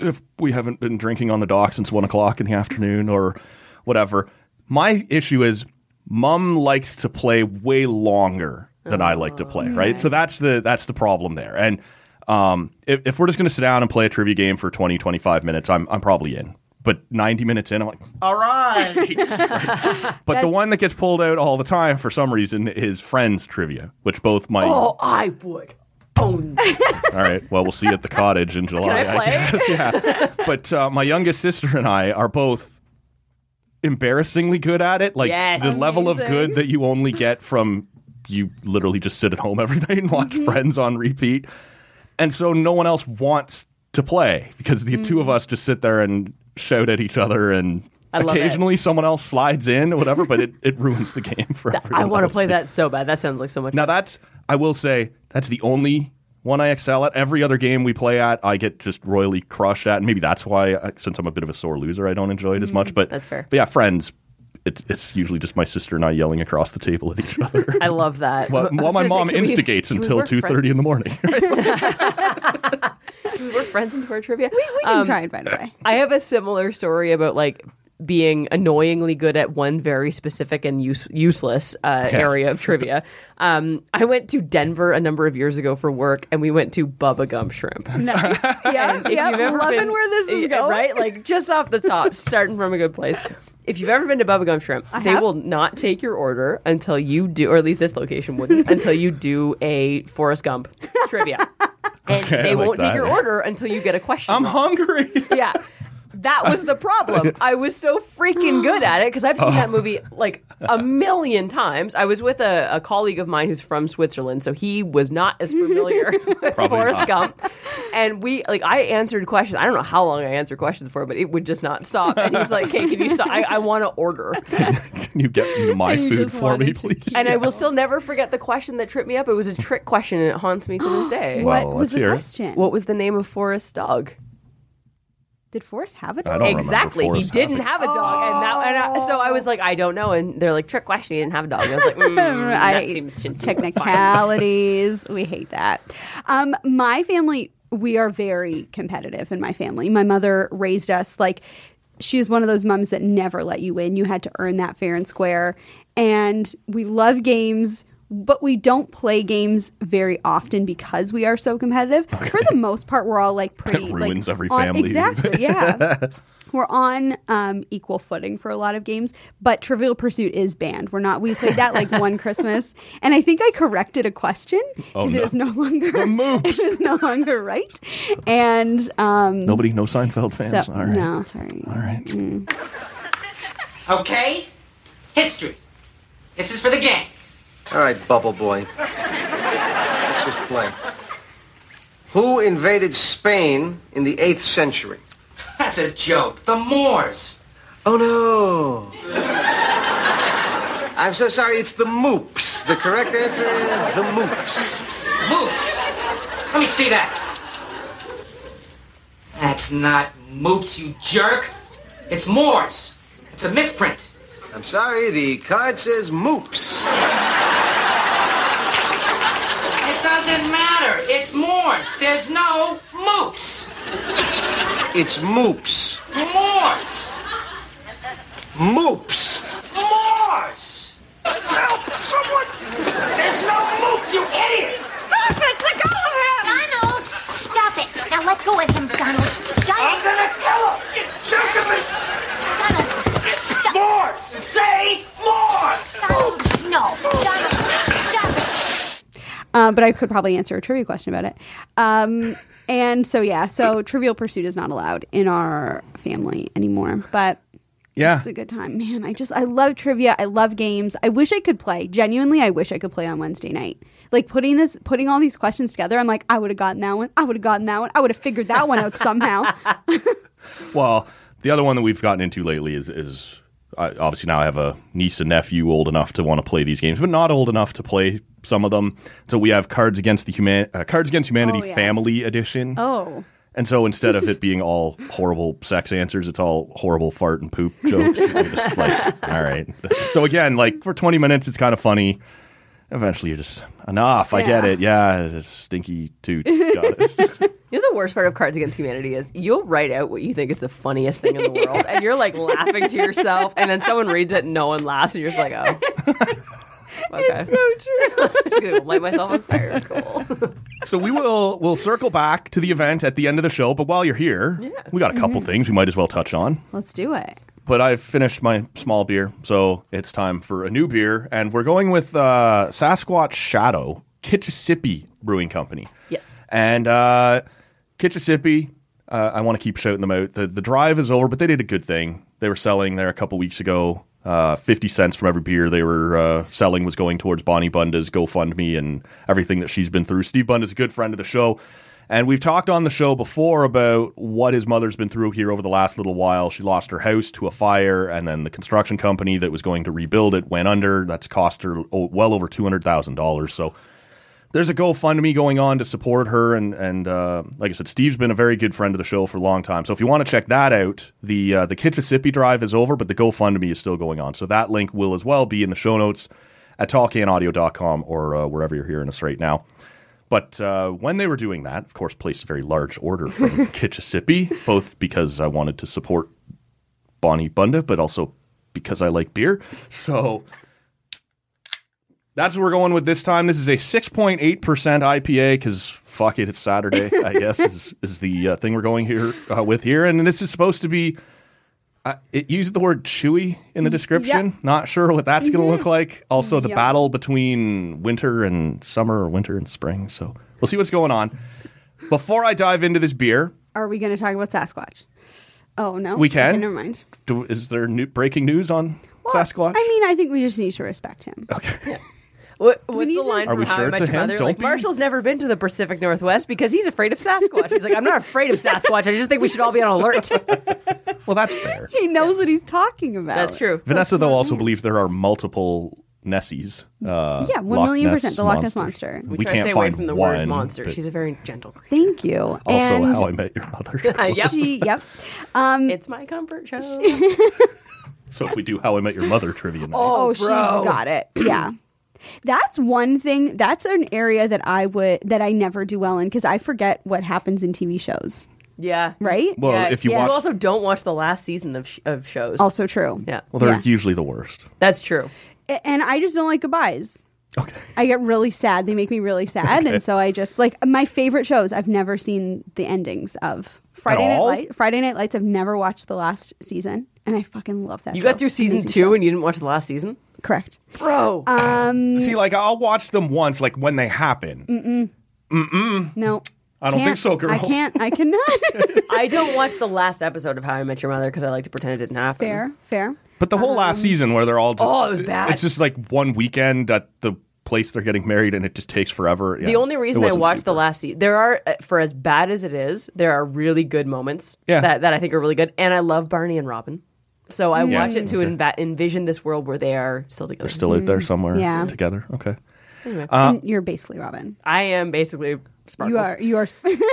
if we haven't been drinking on the dock since one o'clock in the afternoon, or whatever. My issue is, mom likes to play way longer than I like to play. Right, so that's the that's the problem there. And um, if, if we're just going to sit down and play a trivia game for 20, 25 minutes, I'm I'm probably in. But 90 minutes in, I'm like, all right. but the one that gets pulled out all the time for some reason is Friends trivia, which both my
oh, I would own that.
all right. Well, we'll see you at the cottage in July.
Can I play?
guess. Yeah. But uh, my youngest sister and I are both embarrassingly good at it. Like
Yes.
the level of
Amazing.
good that you only get from you literally just sit at home every night and watch
Mm-hmm.
Friends on repeat. And so no one else wants to play because the two of
Mm.
us just sit there and shout at each other and.
love it.
Occasionally, someone else slides in or whatever, but it, it ruins the game for everyone.
I want to
else,
play
too.
that so bad. That sounds like so much.
Now that's I will say that's the only one I excel at. Every other game we play at, I get just royally crushed at, and maybe that's why, uh, since I'm a bit of a sore loser, I don't enjoy it as much. But
Mm, that's fair.
But yeah, friends, it's it's usually just my sister and I yelling across the table at each other.
I love that.
While,
I was
while my
gonna say,
mom
can we-
instigates
can we
until
work
two thirty in the morning.
friends- can we work friends into our trivia.
we can
Um,
try and find a way.
I have a similar story about like being annoyingly good at one very specific and use- useless uh,
Yes.
area of trivia. Um, I went to Denver a number of years ago for work, and we went to Bubba Gum Shrimp.
Nice. Yeah,
If
yeah.
you've ever
Loving
been-
where this is
eh,
going.
right? Like just off the top, starting from a good place. If you've ever been to Bubba Gum Shrimp, they
have.
will not take your order until you do, or at least this location wouldn't, until you do a Forrest Gump trivia. And
Okay, I
they
like
won't
that.
take your order until you get a question.
I'm
wrong
hungry.
yeah. That was the problem. I was so freaking good at it because I've seen that movie like a million times. I was with a, a colleague of mine who's from Switzerland, so he was not as familiar with
Probably
Forrest
not.
Gump. And we like I answered questions. I don't know how long I answered questions for, but it would just not stop. And he's like, "Okay, can you stop? I, I want to order."
Can you get my
you
food
just
for me,
wanted to
please?
And I will still never forget the question that tripped me up. It was a trick question, and it haunts me to this day.
Wow.
What
Well,
was
let's
the
hear it.
question?
What was the name of Forrest's dog?
Did Forrest have a
I
dog?
don't remember
Exactly. He
Forrest
didn't
having-
have a dog, and that and I, so I was like, I don't know. And they're like, trick question. He didn't have a dog. And I was like, mm, that seems to
technicalities. we hate that. Um, my family, we are very competitive in my family. My mother raised us like she was one of those moms that never let you win. You had to earn that fair and square. And we love games. But we don't play games very often because we are so competitive. For the most part, we're all like pretty. like,
ruins every
on-
family.
Exactly. Yeah. we're on um, equal footing for a lot of games, but Trivial Pursuit is banned. We're not. We played that like one Christmas, and I think I corrected a question because
Oh,
it
no.
was no longer
moops.
it was no longer right, and um,
Nobody, no Seinfeld fans.
so
All right.
no, sorry.
All right.
Okay? History. This is for the gang.
All right, Bubble Boy. Let's just play. Who invaded Spain in the 8th century?
That's a joke. The Moors.
Oh, no. I'm so sorry. It's the Moops. The correct answer is the Moops.
Moops. Let me see that. That's not Moops, you jerk. It's Moors. It's a misprint.
I'm sorry. The card says Moops.
It doesn't matter. It's Moors. There's no Moops.
It's Moops.
Moors.
Moops.
Moors. Help! Someone! There's no Moops, you idiot!
Stop it! Let go of him! Donald! Stop it! Now let go of him, Donald.
I'm
Donald!
gonna kill him! You jerk of a-
Donald! Stop!
Moors! Say Moors!
Oops, no! Donald, stop it!
Uh, but I could probably answer a trivia question about it. Um, and so yeah, so Trivial Pursuit is not allowed in our family anymore, but.
Yeah.
It's a good time, man. I just I love trivia. I love games. I wish I could play. Genuinely, I wish I could play on Wednesday night. Like putting this, putting all these questions together. I'm like, I would have gotten that one. I would have gotten that one. I would have figured that one out somehow.
Well, the other one that we've gotten into lately is is I, obviously now I have a niece and nephew old enough to want to play these games, but not old enough to play some of them. So we have Cards Against the Human uh, Cards Against Humanity
Oh, yes.
Family Edition.
Oh,
And so instead of it being all horrible sex answers, it's all horrible fart and poop jokes. You're just like, all right. So again, like for 20 minutes, it's kind of funny. Eventually, you're just enough. I get
Yeah.
it. Yeah, it's stinky toots. Got it.
You know the worst part of Cards Against Humanity is you'll write out what you think is the funniest thing in the world, and you're like laughing to yourself, and then someone reads it, and no one laughs, and you're just like, oh. Okay.
so true.
I'm just gonna light myself on fire. Cool.
so we will we'll circle back to the event at the end of the show. But while you're here, we got a couple things we might as well touch on.
Let's do it.
But I've finished my small beer, so it's time for a new beer, and we're going with uh, Sasquatch Shadow Kitchissippi Brewing Company.
Yes.
And uh, Kitchissippi, uh, I want to keep shouting them out. The, the drive is over, but they did a good thing. They were selling there a couple weeks ago. Uh, 50 cents from every beer they were uh, selling was going towards Bonnie Bunda's GoFundMe and everything that she's been through. Steve Bunda's a good friend of the show. And we've talked on the show before about what his mother's been through here over the last little while. She lost her house to a fire, and then the construction company that was going to rebuild it went under. That's cost her oh, well over $200,000. So there's a GoFundMe going on to support her, and and uh, like I said, Steve's been a very good friend of the show for a long time. So if you want to check that out, the uh, the Kitchissippi drive is over, but the GoFundMe is still going on. So that link will as well be in the show notes at talkanaudio.com or uh, wherever you're hearing us right now. But uh, when they were doing that, of course, placed a very large order from Kitchissippi, both because I wanted to support Bonnie Bunda, but also because I like beer. So. That's what we're going with this time. This is a 6.8% IPA because fuck it, it's Saturday, I guess, is, is the uh, thing we're going here uh, with here. And this is supposed to be, uh, it used the word chewy in the description. Not sure what that's going to look like. Also, the
Yep.
battle between winter and summer or winter and spring. So we'll see what's going on. Before I dive into this beer,
Are we going to talk about Sasquatch? Oh no,
We can.
Okay, never mind.
do, is there new breaking news on Sasquatch?
I mean, I think we just need to respect him.
What was
need
the
to-
line
Are
from
we
How
sure
I
it's
Met Your
a him?
Mother?
Don't
Like
be-
Marshall's never been to the Pacific Northwest because he's afraid of Sasquatch. He's like, I'm not afraid of Sasquatch. I just think we should all be on alert.
well, that's fair.
He knows what he's talking about.
That's true.
Vanessa, though, also believes there are multiple Nessies. Uh,
Yeah, one
Loch
million
Ness
percent. The Loch Ness monster.
We,
We
Try to
can't
stay
find
away from the
one,
word monster.
but
She's a very gentle. creature.
Thank you.
also
and
How I Met Your Mother.
yep.
she, yep. Um,
It's my comfort show.
so if we do How I Met Your Mother trivia night,
Oh, she's got it. Yeah. That's one thing. That's an area that I would that I never do well in because I forget what happens in TV shows,
yeah.
right?
well, if you
yeah.
watch,
You also don't watch the last season of, sh- of shows.
also true.
yeah.
well, they're
yeah.
usually the worst.
That's true.
A- And I just don't like goodbyes. Okay. I get really sad. They make me really sad,
Okay.
and so I just like my favorite shows. I've never seen the endings of Friday Night
all?
Light. Friday Night Lights. I've never watched the last season, and I fucking love that.
You
show.
got through season
Amazing
two and you didn't watch the last season?
Correct.
Bro.
Um.
See, like I'll watch them once, like when they happen.
Mm-mm.
Mm-mm.
No.
I don't think
Can't.
so, girl.
I can't. I cannot.
I don't watch the last episode of How I Met Your Mother because I like to pretend it didn't happen.
Fair. Fair.
But the whole last
Um,
season where they're all just
Oh, it was bad.
It's just like one weekend at the place they're getting married, and it just takes forever. Yeah,
the only
it
reason I
wasn't
watched
super-
the last season, there are, uh, for as bad as it is, there are really good moments
Yeah.
that, that I think are really good. And I love Barney and Robin. So I
Mm.
watch it to
Okay.
enva- envision this world where they are still together.
They're still out there
Mm,
somewhere
Yeah.
together. Okay.
Anyway.
Uh,
And you're basically Robin.
I am basically Sparkles.
You are. You are.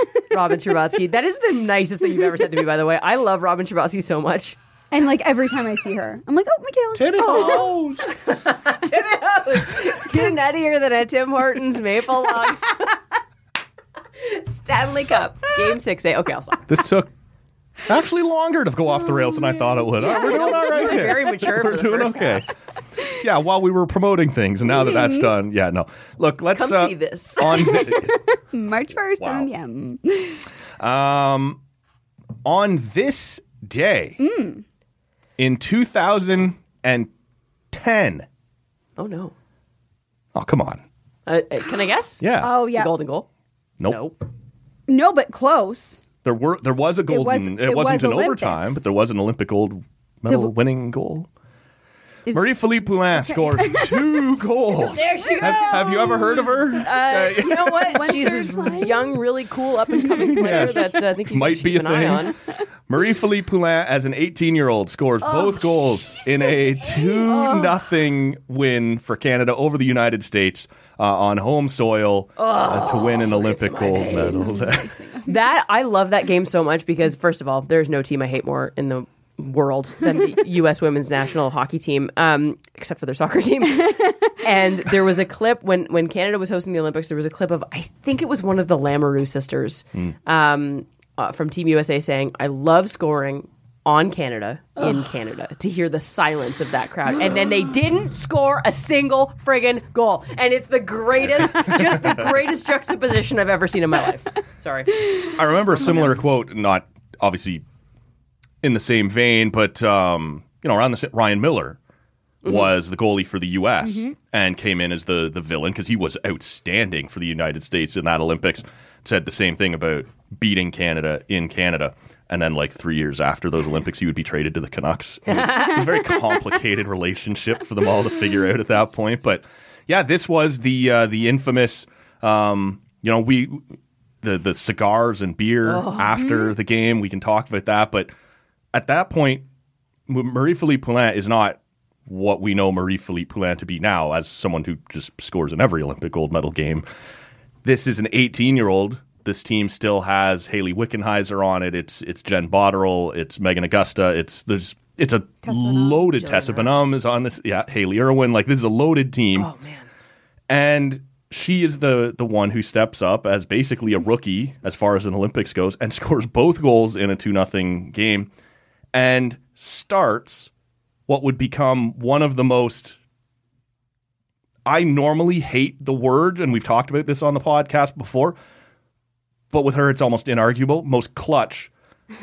Robin Scherbatsky. That is the nicest thing you've ever said to me, by the way. I love Robin Scherbatsky so much.
And like every time I see her, I'm like, oh, Michaela.
Oh.
Titty You're nuttier than a Tim Hortons maple log. Stanley Cup, Game 6A. Okay, I'll stop.
This took actually longer to go off the rails than I thought it would.
Yeah,
Uh, we're
I
doing
know.
all
You
right
were
here.
very mature
We're
for the
doing
first
okay. Yeah, while we were promoting things, and now that that's
Mm-hmm.
done, yeah, no. Look, let's
Come
uh,
see this.
on thi-
March first,
Wow.
MMM.
um, on this day
Mm.
in 2010.
Oh, no.
Oh, come on.
Uh, uh, can I guess?
Yeah.
Oh, yeah.
The golden goal.
Nope.
No, but close.
There were there was a golden.
was-
it,
it
wasn't
was
an
Olympics.
overtime, but there was an Olympic gold medal
w-
winning goal.
It was-
Marie Philippe Poulin scores two goals.
There she
have, have you ever heard of her?
Uh, you know what?
One
She's this young, really cool, up and coming player
Yes.
that uh, I think you
Might
should
be a
keep an eye on.
thing. Marie Philippe Poulin, as an 18 year old, scores
Oh,
both goals in a 2 nothing win for Canada over the United States uh, on home soil uh, to win an Olympic gold medal.
That I love that game so much because first of all, there's no team I hate more in the world than the U.S. women's national hockey team, um, except for their soccer team. and there was a clip when when Canada was hosting the Olympics. There was a clip of I think it was one of the Lamoureux sisters um, uh, from Team USA saying, "I love scoring." On Canada, in Canada, to hear the silence of that crowd. And then they didn't score a single friggin' goal. And it's the greatest, just the greatest juxtaposition I've ever seen in my life. Sorry.
I remember a similar quote, not obviously in the same vein, but um, you know, around the sa- Ryan Miller
Mhm.
was the goalie for the U.S.
Mhm.
and came in as the the villain because he was outstanding for the United States in that Olympics. Said the same thing about beating Canada in Canada, and then like three years after those Olympics, he would be traded to the Canucks. It was, it was a very complicated relationship for them all to figure out at that point. But yeah, this was the uh, the infamous. Um, you know, we the the cigars and beer
Oh.
after the game. We can talk about that, but at that point, M- Marie-Philippe Poulin is not what we know Marie-Philippe Poulin to be now as someone who just scores in every Olympic gold medal game. This is an 18-year-old. This team still has Haley Wickenheiser on it. It's it's Jen Botterill. It's Megan Augusta. It's there's it's a loaded Tessa Benum is on this. Yeah, Haley Irwin. Like this is a loaded team. Oh man. And she is the the one who steps up as basically a rookie as far as an Olympics goes and scores both goals in a 2 nothing game and starts what would become one of the most I normally hate the word and we've talked about this on the podcast before but with her it's almost inarguable most clutch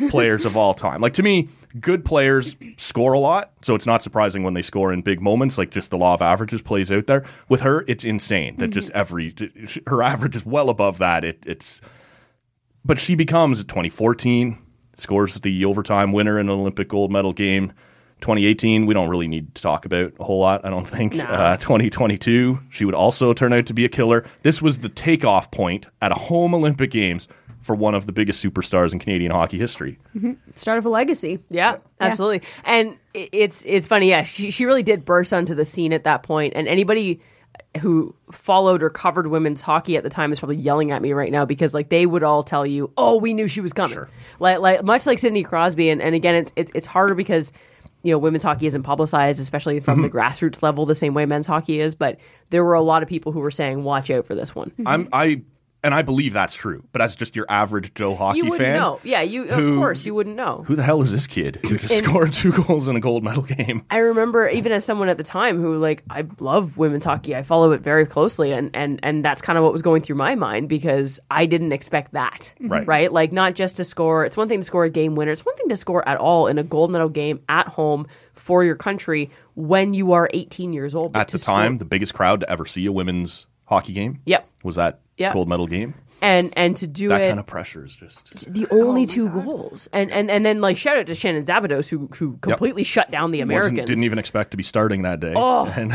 players of all time. Like to me, good players score a lot, so it's not surprising when they score in big moments. Like just the law of averages plays out there. With her, it's insane that just every her average is well above that. It, it's but she becomes 2014 scores the overtime winner in an Olympic gold medal game. 2018, we don't really need to talk about a whole lot, I don't think.
Nah.
Uh, 2022, she would also turn out to be a killer. This was the takeoff point at a home Olympic Games for one of the biggest superstars in Canadian hockey history.
Mm-hmm.
Mhm. Start of a legacy.
Yeah, absolutely. And i- it's it's funny. Yeah, she she really did burst onto the scene at that point, and anybody who followed or covered women's hockey at the time is probably yelling at me right now because like they would all tell you, "Oh, we knew she was coming." Like like much like Sidney Crosby, and, and again, it's it's it's harder because you know women's hockey isn't publicized, especially from
Mm-hmm.
the grassroots
Mm-hmm.
level, the same way men's hockey is. But there were a lot of people who were saying, "Watch out for this one."
I'm I and I believe that's true. But as just your average Joe hockey
you wouldn't
fan,
know. Yeah, you of
who-
course you wouldn't know.
who the hell is this kid who just
And-
scored two goals in a gold medal game?
I remember even as someone at the time who like I love women's hockey. I follow it very closely and and and that's kind of what was going through my mind because I didn't expect that.
Mm-hmm.
Right.
Right? Like not just to score. It's one thing to score a game winner. It's one thing to score at all in a gold medal game at home for your country when you are 18 years old. But
At
to
the time,
score-
the biggest crowd to ever see a women's hockey game.
Yep.
was that
Yep.
gold medal game?
and and to do
that
it
kind of pressure is just
the only two goals. And and and then like shout out to Shannon Zabados who who completely shut down the
Wasn't-
Americans.
Didn't even expect to be starting that day.
Oh.
And-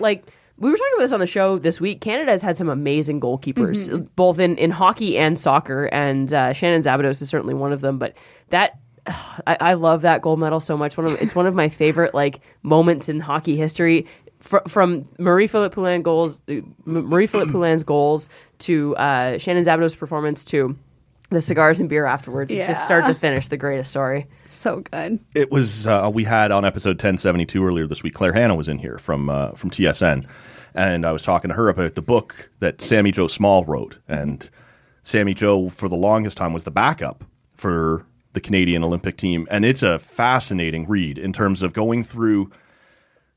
like we were talking about this on the show this week. Canada's had some amazing goalkeepers, both in, in hockey and soccer, and uh, Shannon Zabados is certainly one of them. But that I, I love that gold medal so much. One of it's one of my favorite like moments in hockey history. Fr- from Marie Philippe Poulin goals, uh, Marie Philippe Poulin's goals to uh, Shannon Zabados' performance to the cigars and beer afterwards. It's just start to
Yeah.
finish the greatest story.
So good.
It was uh, we had on episode ten seventy two earlier this week. Claire Hanna was in here from uh, from TSN, and I was talking to her about the book that Sammy Joe Small wrote. And Sammy Joe, for the longest time, was the backup for the Canadian Olympic team, and it's a fascinating read in terms of going through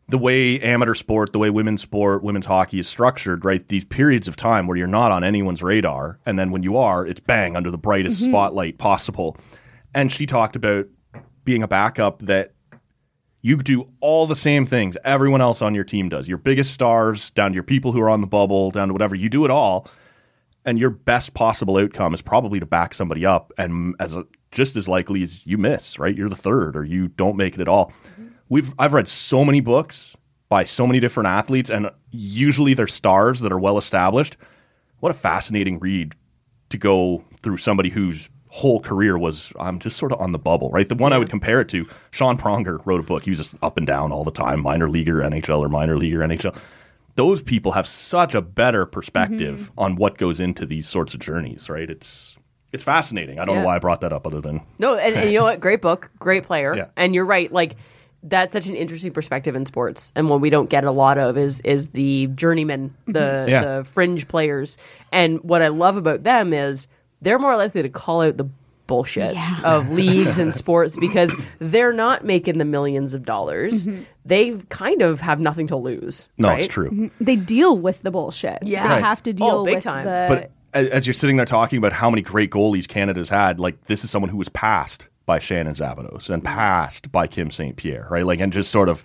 the way amateur sport, the way women's sport, women's hockey is structured, right? These periods of time where you're not on anyone's radar, and then when you are, it's bang under the brightest
Mhm.
spotlight possible. And she talked about being a backup that you do all the same things everyone else on your team does. Your biggest stars, down to your people who are on the bubble, down to whatever, you do it all. And your best possible outcome is probably to back somebody up, and as a, just as likely as you miss, right? You're the third, or you don't make it at all. We've I've read so many books by so many different athletes, and usually they're stars that are well established. What a fascinating read to go through somebody whose whole career was I'm just sort of on the bubble, right? The one I would compare it to, Sean Pronger wrote a book. He was just up and down all the time, minor leaguer, NHL or minor leaguer, NHL. Those people have such a better perspective
Mm-hmm.
on what goes into these sorts of journeys, right? It's it's fascinating. I don't
Yeah.
know why I brought that up other than
No, and, and you know what? Great book, great player,
Yeah.
and you're right. Like that's such an interesting perspective in sports, and one we don't get a lot of is is the journeyman,
Mm-hmm.
the
Mhm. Yeah.
the fringe players. And what I love about them is they're more likely to call out the bullshit
Yeah.
of leagues and sports because they're not making the millions of dollars.
Mhm.
They kind of have nothing to lose.
No, it's
right? Mm-hmm.
true.
Mhm. They deal with the bullshit.
Yeah.
They
Right.
have to deal
Oh, big
with
time.
the.
but a- as you're sitting there talking about how many great goalies Canada's had, like this is someone who was passed by Shannon Zabados and passed by Kim St. Pierre, right? Like, and just sort of,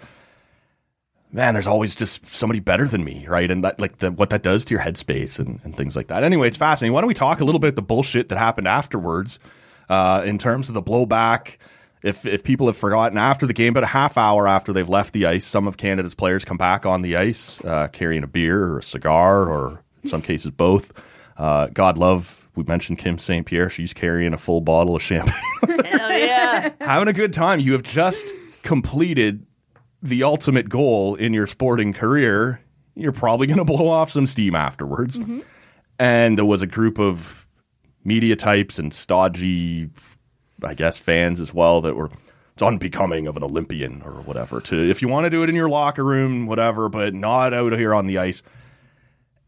man, there's always just somebody better than me, right? And that, like, the, what that does to your headspace and, and things like that. Anyway, it's fascinating. Why don't we talk a little bit the bullshit that happened afterwards uh, in terms of the blowback? If, if people have forgotten after the game, but a half hour after they've left the ice, some of Canada's players come back on the ice uh, carrying a beer or a cigar or in some cases both. Uh, God love, we mentioned Kim St. Pierre. She's carrying a full bottle of champagne.
yeah.
Having a good time. You have just completed the ultimate goal in your sporting career. You're probably going to blow off some steam afterwards. And there was a group of media types and stodgy, I guess, fans as well that were. It's unbecoming of an Olympian or whatever. To if you want to do it in your locker room, whatever, but not out here on the ice.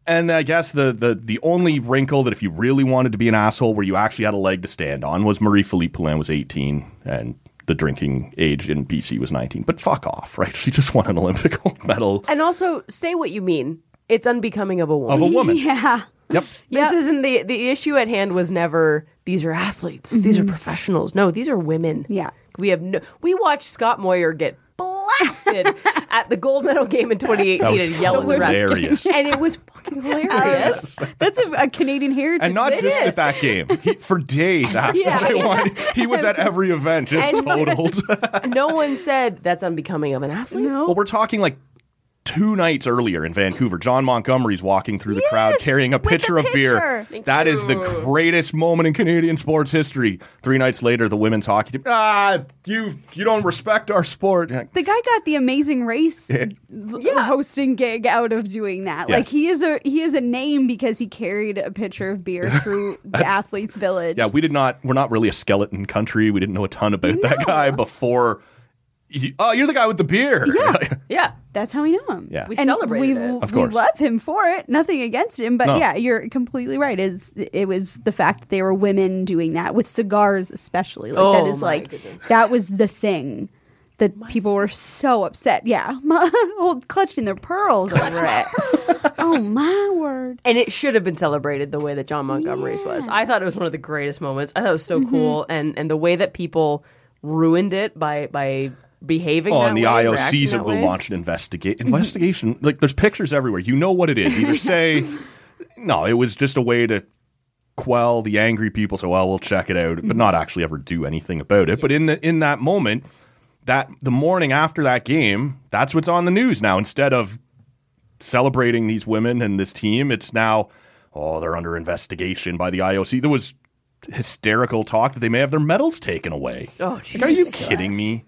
And I guess the, the the only wrinkle that if you really wanted to be an asshole where you actually had a leg to stand on was Marie Philippe Poulin was 18 and the drinking age in BC was 19. But fuck off, right? She just won an Olympic gold medal.
And also say what you mean. It's unbecoming of a woman.
Of a woman.
yeah.
Yep.
This isn't the the issue at hand was never these are athletes, these are professionals. No, these are women. Yeah. We have no we watched Scott Moyer get blasted at the gold medal game in 2018
That was
and yell at the
hilarious.
refs. And it was fucking hilarious. That's a, Canadian heritage.
And not
It
just
is.
at that game. He, for days after
Yeah.
they won, he was at every event just
And-
totaled.
no one said that's unbecoming of an athlete.
Well, we're talking like two nights earlier in Vancouver. John Montgomery's walking through the crowd carrying a pitcher of
pitcher.
beer.
Thank
That is the greatest moment in Canadian sports history. Three nights later, the women's hockey team. Ah, you you don't respect our sport.
The guy got the amazing race
Yeah.
l- hosting gig out of doing that.
Yes.
Like he is a he is a name because he carried a pitcher of beer through the
That's-
athletes village.
Yeah, we did not. We're not really a skeleton country. We didn't know a ton about that guy before. He, oh, you're the guy with the beer.
Yeah.
that's how we know him.
Yeah. We
and
celebrated
we,
it.
Of
we
course.
love him for it. Nothing against him, but
No.
yeah, you're completely right. Is it was the fact that they were women doing that with cigars, especially like
Oh,
that is
my
like
goodness.
that was the thing that people were so upset. Yeah, my, old clutching their pearls over it. oh my word!
And it should have been celebrated the way that John Montgomery's was. I thought it was one of the greatest moments. I thought it was so cool, and and the way that people ruined it by by behaving.
Oh,
that
and the
way, reacting
IOCs
that
that will
way.
launch an investigate investigation. Like there's pictures everywhere. You know what it is. Either say, no, it was just a way to quell the angry people. So well, we'll check it out, but not actually ever do anything about it. But in the in that moment, that the morning after that game, that's what's on the news now. Instead of celebrating these women and this team, it's now oh they're under investigation by the IOC. There was hysterical talk that they may have their medals taken away.
Oh,
like, are you
Jesus.
kidding me?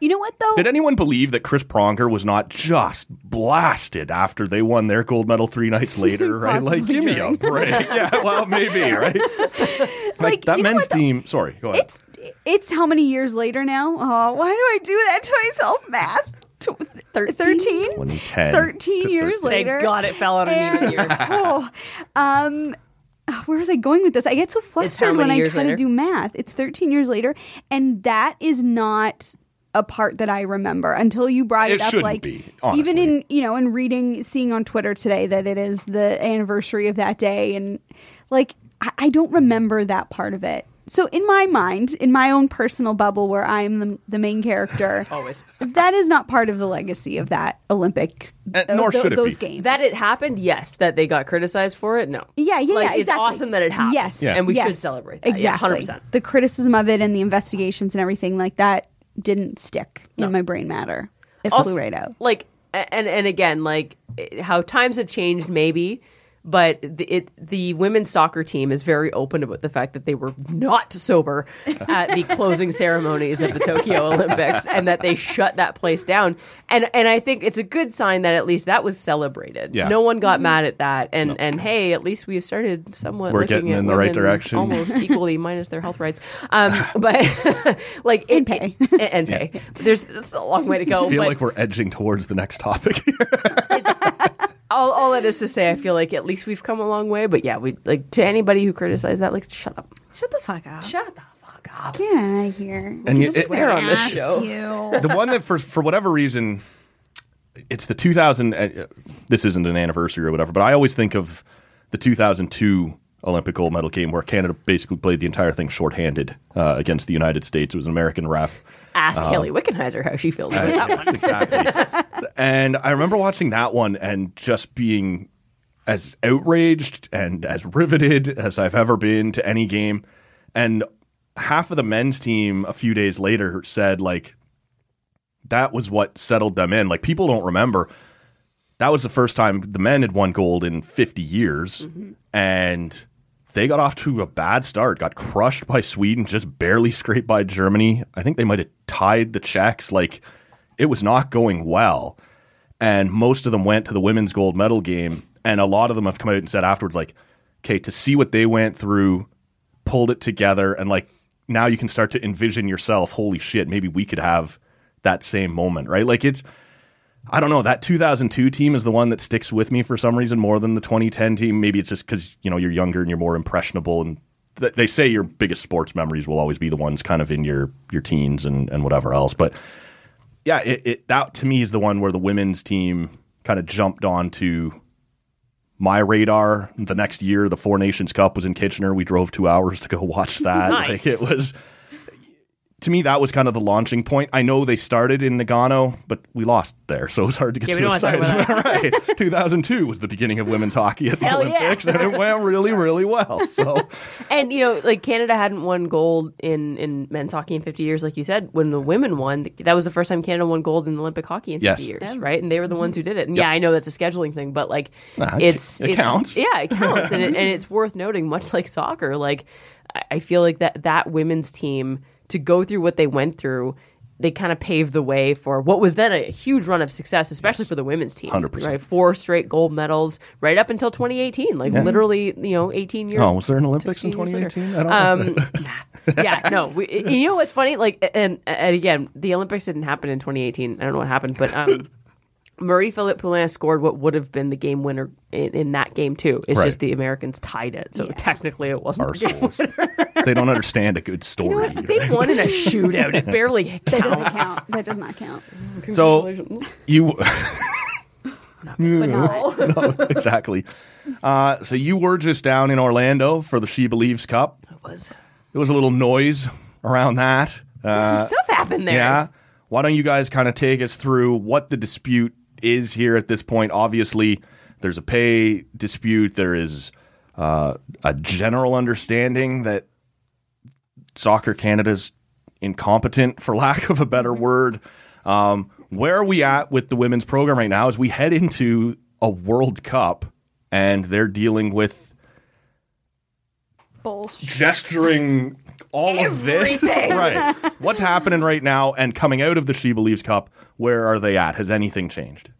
You know what though?
Did anyone believe that Chris Pronger was not just blasted after they won their gold medal three nights later, right? Like,
Possibly
give me a
during.
break. yeah, well, maybe, right? Like, that
you know
men's
what, though?
team. Sorry, go ahead.
It's it's how many years later now? Oh, why do I do that to myself? Math. Tw- thir- 13?
2010
13
to
years
13.
later.
Thank God it fell out of
And-
neither year.
oh, um, where was I going with this? I get so flustered when
many
I
years
try to
later?
do math. It's 13 years later, and that is not a part that I remember until you brought
It
it, up.
shouldn't
Like
be,
even
honestly.
in you know in reading, seeing on Twitter today that it is the anniversary of that day, and like I, I don't remember that part of it. So in my mind, in my own personal bubble where I am the, the main character,
Always.
that is not part of the legacy of that Olympic.
Uh, nor
tho-
should it
those
be.
games
That it happened, yes. That they got criticized for it, no.
yeah, yeah,
Like,
yeah, exactly.
It's awesome that it happened.
Yes,
Yeah.
and we should
yes,
celebrate that.
Exactly,
Hundred percent.
The criticism of it and the investigations and everything like that didn't stick
No.
in my brain matter. It
Also-
flew right out.
Like, a- and and again, like eh, how times have changed, maybe. But the, it, the women's soccer team is very open about the fact that they were not sober at the closing ceremonies of the Tokyo Olympics, and that they shut that place down. And and I think it's a good sign that at least that was celebrated.
Yeah. Mm-hmm.
No one got mad at that. And and hey, at least we have started somewhat.
We're
looking
getting
at
in the right
women
direction.
almost equally, minus their health rights. Um, but like it,
And pay.
and, and pay. There's that's a long way to go.
I feel
but
like we're edging towards the next topic.
all, all that is to say, I feel like at least we've come a long way. But yeah, we like to anybody who criticized that, like shut up,
Shut the fuck up.
shut the fuck up.
Get out of here.
And you- it-
Swear on this
Ask
show.
you.
the one that for for whatever reason it's the 2000 uh, this isn't an anniversary or whatever but i always think of the 2002 olympic gold medal game where canada basically played the entire thing shorthanded uh, against the united states it was an american ref
Ask Haley Wickenheiser how she feels about that.
Yes, exactly. and I remember watching that one and just being as outraged and as riveted as I've ever been to any game. And half of the men's team a few days later said like that was what settled them in. Like people don't remember that was the first time the men had won gold in 50 years and they got off to a bad start got crushed by sweden just barely scraped by germany i think they might have tied the czechs like it was not going well and most of them went to the women's gold medal game and a lot of them have come out and said afterwards like okay to see what they went through pulled it together and like now you can start to envision yourself holy shit maybe we could have that same moment right like it's I don't know. That 2002 team is the one that sticks with me for some reason more than the 2010 team. Maybe it's just because you know you're younger and you're more impressionable. And th- they say your biggest sports memories will always be the ones kind of in your your teens and and whatever else. But yeah, it, it that to me is the one where the women's team kind of jumped onto my radar. The next year, the Four Nations Cup was in Kitchener. We drove two hours to go watch that. Like
Nice.
it was to me, that was kind of the launching point. I know they started in Nagano, but we lost there, so it's hard to get
Yeah, we
too
don't wanna talk
excited. right. 2002 was the beginning of women's hockey at the
Hell yeah.
Olympics, and it went really, really well. So,
And you know, like Canada hadn't won gold in in men's hockey in 50 years, like you said. When the women won, that was the first time Canada won gold in Olympic hockey in 50
Yes.
years, right? And they were the ones who did it. And yeah, I know that's a scheduling thing, but like,
Nah, it
it's
ca- it
it's-
counts.
Yeah, it counts, and it, and it's worth noting. Much like soccer, like I- I feel like that that women's team to go through what they went through. They kind of paved the way for what was then a huge run of success, especially for the women's team.
100%.
Right, four straight gold medals, right up until 2018. Like literally, you know, 18 years.
oh, was there an Olympics in
16 years later.
2018? I don't know.
Um, yeah, no. We, you know what's funny? Like, and, and again, the Olympics didn't happen in 2018. I don't know what happened, but um, Murray Philip Poulin scored what would have been the game winner in, in that game too. It's
Right.
just the Americans tied it, so technically it wasn't.
Our
the game
schools. they don't understand a good story.
They won in a shootout. It barely counts.
That doesn't count. That does not count.
so you.
No.
no, exactly. Uh, so you were just down in Orlando for the She Believes Cup. I
was.
There was a little noise around that. Uh,
Some stuff happened there.
Yeah. Why don't you guys kind of take us through what the dispute is here at this point? Obviously, there's a pay dispute. There is uh, a general understanding that Soccer Canada's incompetent, for lack of a better word. Um, where are we at with the women's program right now? As we head into a World Cup, and they're dealing with
Bullshit.
gesturing all of this.
Everything.
right. What's happening right now and coming out of the She Believes Cup, where are they at? Has anything changed?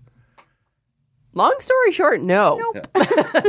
Long story short, no.
All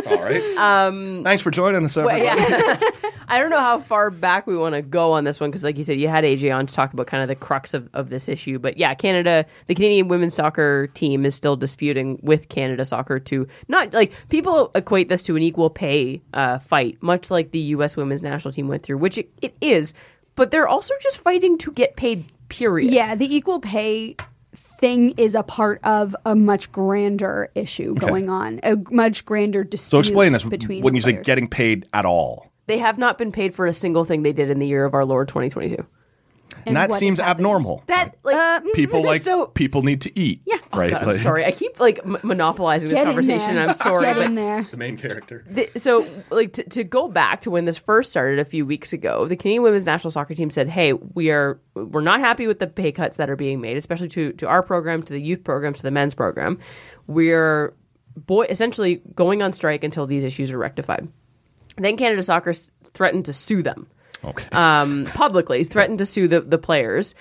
right. Um, Thanks for joining us, everybody.
Well, yeah. I don't know how far back we want to go on this one because, like you said, you had AJ on to talk about kind of the crux of, of this issue. But yeah, Canada, the Canadian women's soccer team is still disputing with Canada Soccer to not like people equate this to an equal pay uh, fight, much like the U.S. women's national team went through, which it, it is. But they're also just fighting to get paid. Period.
Yeah, the equal pay thing is a part of a much grander issue
Okay.
going on, a much grander dispute.
So explain this
between
when
the
you say
players.
getting paid at all.
They have not been paid for a single thing they did in the year of our Lord 2022.
And, that seems abnormal.
That like
Uh, People like
so Oh,
people need to eat. Yeah. Right.
God,
Like-
I'm sorry. I keep like m- monopolizing this
Get in
conversation.
there.
I'm sorry.
Get
but
in there.
The main character.
th- so, like, to, to go back to when this first started a few weeks ago, the Canadian women's national soccer team said, "Hey, we are we're not happy with the pay cuts that are being made, especially to to our program, to the youth program, to the men's program. We're boy essentially going on strike until these issues are rectified." Then Canada Soccer s- threatened to sue them
Okay.
um, publicly, threatened to sue the, the players.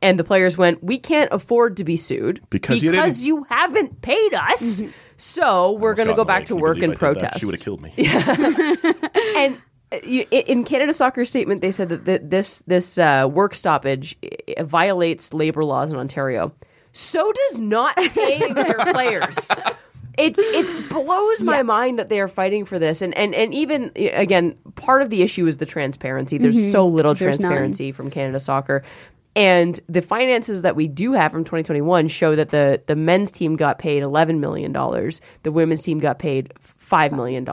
And the players went, We can't afford to be sued
Because you didn't- Mm-hmm.
you haven't paid us. So we're going to go back to work and protest.
She would have killed me.
And uh, you- i- in Canada Soccer's statement, they said that th- this this uh, work stoppage i- violates labor laws in Ontario. So does not paying their players. It it blows my mind that they are fighting for this, and and and even i- again, part of the issue is the transparency. There's
Mhm.
so little
There's none.
transparency from Canada Soccer. And the finances that we do have from 2021 show that the, the men's team got paid $11 million. The women's team got paid $5 million,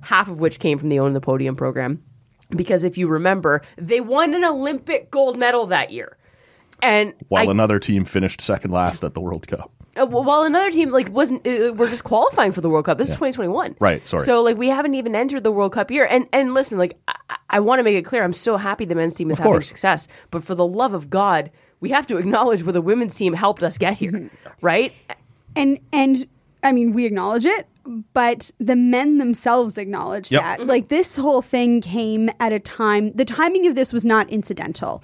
half of which came from the Own the Podium program. Because if you remember, they won an Olympic gold medal that year. And
While
I-
another team finished second last at the World Cup.
uh, well, while another team like wasn't, uh, we're just qualifying for the World Cup. This is
Yeah.
2021,
Right, sorry.
So like we haven't even entered the World Cup year. And and listen, like I, I want to make it clear, I'm so happy the men's team is
Of
having
course.
success, but for the love of God, we have to acknowledge where the women's team helped us get here, right?
and and I mean we acknowledge it, but the men themselves acknowledge
Yep.
that. Like this whole thing came at a time. The timing of this was not incidental.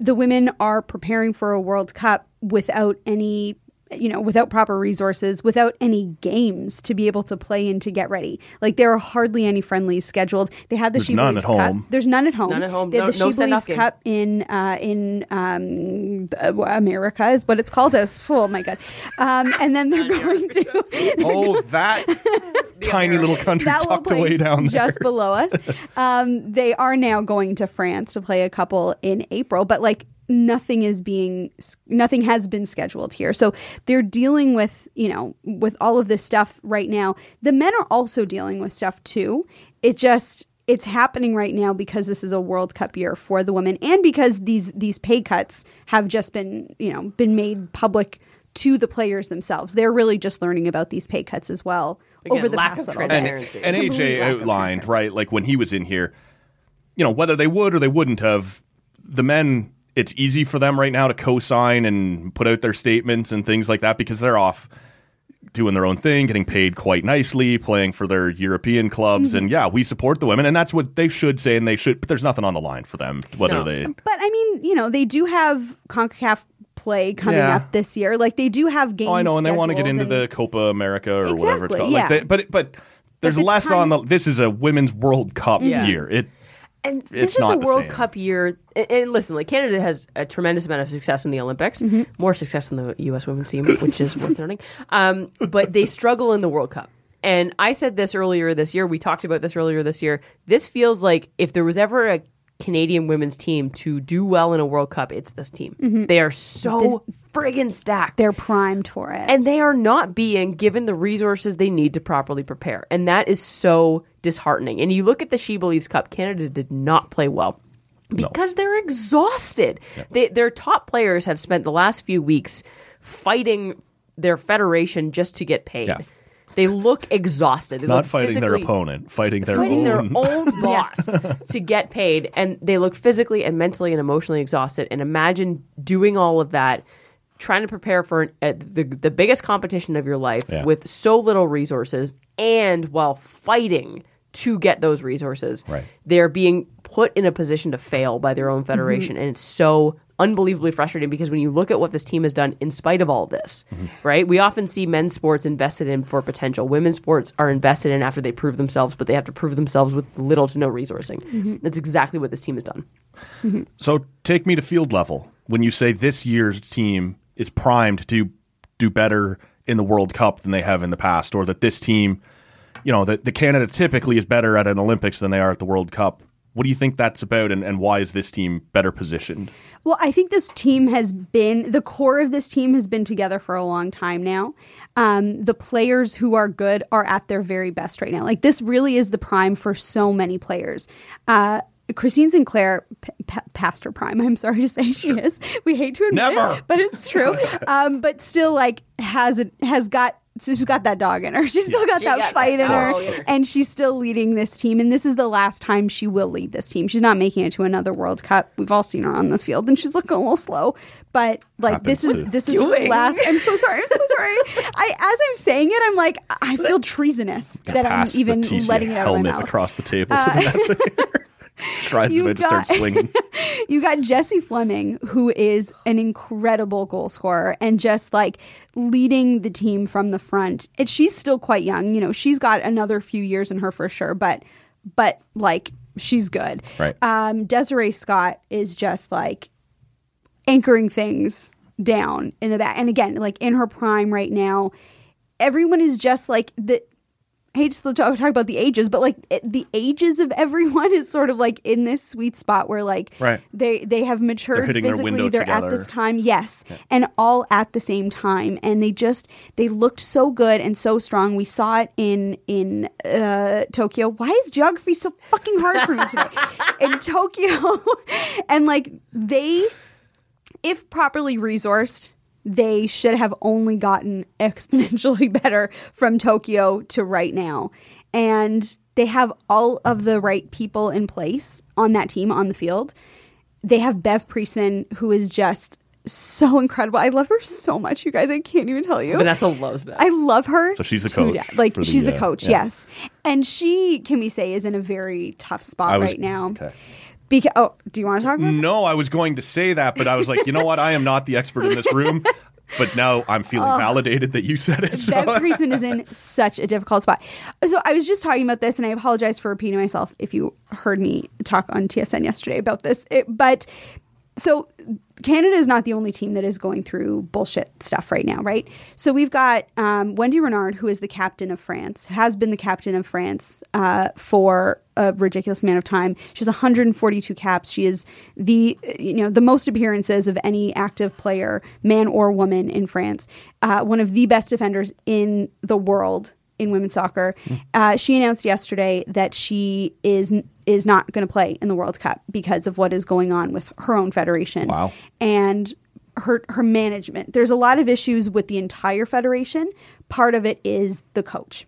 The women are preparing for a World Cup without any you know without proper resources without any games to be able to play in to get ready like there are hardly any friendlies scheduled they had the
There's
she
none
believes
at
cup
home.
there's none at home
None at home.
they had
No-
the
no
she
send-off
believes
game.
cup in uh, in um, uh, America is what it's called. Us, oh my god! Um, and then they're going to
Oh, that tiny little country
that little
tucked away
place
down there.
just below us. Um, they are now going to France to play a couple in April, but like nothing is being nothing has been scheduled here. So they're dealing with, you know, with all of this stuff right now. The men are also dealing with stuff too. It just it's happening right now because this is a World Cup year for the women and because these these pay cuts have just been, you know, been made public to the players themselves. They're really just learning about these pay cuts as well
Again,
over the
lack
past
of
little bit.
and, and AJ outlined, right, like when he was in here, you know, whether they would or they wouldn't have, the men, it's easy for them right now to co sign and put out their statements and things like that because they're off doing their own thing, getting paid quite nicely, playing for their European clubs.
Mm-hmm.
And yeah, we support the women. And that's what they should say. And they should, but there's nothing on the line for them, whether they.
But I mean, you know, they do have CONCACAF play coming
Yeah.
up this year. Like they do have games.
Oh, I know, and they want to get
scheduled
into
and-
the Copa America or whatever it's
Exactly,
called.
yeah.
Like they, but but there's
the
less
time-
on the. This is a women's World Cup
Yeah.
year. It
and
It's
this is
not
a
the
World
same.
Cup year. And, and listen, like Canada has a tremendous amount of success in the Olympics, more success than the U.S. women's team, which is worth noting. Um, but they struggle in the World Cup. And I said this earlier this year. We talked about this earlier this year. This feels like if there was ever a Canadian women's team to do well in a World Cup, it's this team.
Mhm.
They are so friggin' stacked.
They're primed for it.
and they are not being given the resources they need to properly prepare. And that is so disheartening. And you look at the She Believes Cup, Canada did not play well because they're exhausted. They, their top players have spent the last few weeks fighting their federation just to get paid.
Yeah.
They look exhausted. They
Not
look
fighting their
physically-
opponent, fighting their
fighting
own.
their own boss to get paid and they look physically and mentally and emotionally exhausted and imagine doing all of that trying to prepare for an, uh, the, the biggest competition of your life
Yeah.
with so little resources and while fighting to get those resources
Right.
they're being put in a position to fail by their own federation
Mm-hmm.
and it's so unbelievably frustrating because when you look at what this team has done in spite of all this
Mm-hmm.
right we often see men's sports invested in for potential women's sports are invested in after they prove themselves but they have to prove themselves with little to no resourcing
Mm-hmm.
Mhm.
that's exactly what this team has done
So take me to field level when you say this year's team is primed to do better in the World Cup than they have in the past, or that this team, you know, that the Canada typically is better at an Olympics than they are at the World Cup. What do you think that's about, and, and why is this team better positioned?
Well, I think this team has been the core of this team has been together for a long time now. Um, the players who are good are at their very best right now. Like this really is the prime for so many players. Uh, Christine Sinclair, p- p- past her prime. I'm sorry to say she is. We hate to admit
Never.
it, but it's true. um, but still, like has it has got. So she's got that dog in her. She's still got
She
that
got
fight
that
in her,
dog in her.
and she's still leading this team. And this is the last time she will lead this team. She's not making it to another World Cup. We've all seen her on this field, and she's looking a little slow. But like
Happens
this is
to-
this is her
Doing.
last. I'm so sorry. I'm so sorry. I as I'm saying it, I'm like I feel treasonous that I'm
Pass the
even
TCA
letting it out of my
helmet
mouth.
across the table.
Uh,
to Shrine's
you
about to start
got-
swinging.
you got Jesse Fleming, who is an incredible goal scorer and just like leading the team from the front. And she's still quite young. You know, she's got another few years in her for sure, but but like she's good.
Right.
Um, Desiree Scott is just like anchoring things down in the back. And again, like in her prime right now, everyone is just like the. I hate to still talk, talk about the ages, but like it, the ages of everyone is sort of like in this sweet spot where like
Right.
they they have matured
They're hitting their
physically.
window
they're at
together.
this time, yes, and all at the same time, and they just they looked so good and so strong. We saw it in in uh, Tokyo. Why is geography so fucking hard for me today? in Tokyo, and like they if properly resourced, they should have only gotten exponentially better from Tokyo to right now. And they have all of the right people in place on that team on the field. They have Bev Priestman, who is just so incredible. I love her so much, you guys. I can't even tell you.
vanessa loves that
I love her.
So she's the
to
coach
death. Like
for the,
she's the
uh,
coach,
yeah.
yes. And she, can we say, is in a very tough spot right now.
okay.
Because oh, do you want to talk about?
No, I was going to say that, but I was like, you know what? I am not the expert in this room. But now I'm feeling
Oh.
validated that you said it. so-
Bev Priestman is in such a difficult spot. So I was just talking about this, and I apologize for repeating myself if you heard me talk on TSN yesterday about this. It, but so Canada is not the only team that is going through bullshit stuff right now, right? So we've got um, Wendy Renard, who is the captain of France, has been the captain of France uh, for a ridiculous amount of time. She has 142 caps. She is the you know the most appearances of any active player, man or woman, in France. Uh, one of the best defenders in the world in women's soccer. Uh, she announced yesterday that she is is not going to play in the World Cup because of what is going on with her own federation.
Wow.
And her her management. There's a lot of issues with the entire federation. Part of it is the coach.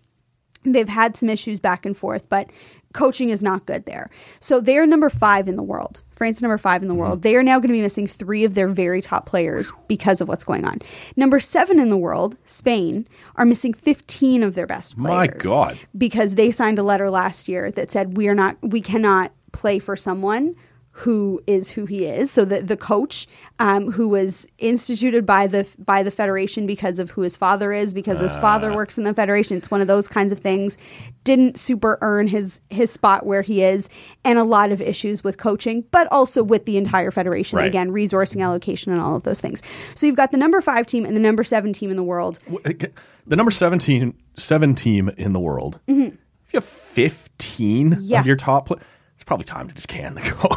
They've had some issues back and forth, but coaching is not good there. So they're number 5 in the world. France is number 5 in
Mm-hmm.
the world. They are now going to be missing 3 of their very top players because of what's going on. Number 7 in the world, Spain, are missing 15 of their best players
My God.
because they signed a letter last year that said we are not we cannot play for someone who is who he is. So the the coach um, who was instituted by the by the federation because of who his father is, because his father works in the federation. It's one of those kinds of things. Didn't super earn his his spot where he is, and a lot of issues with coaching, but also with the entire federation.
Right.
Again, resourcing allocation and all of those things. So you've got the number five team and the number seven team in the world.
The number 17, seven team in the world.
Mhm.
If you have 15
Yeah.
of your top players, it's probably time to just can the coach.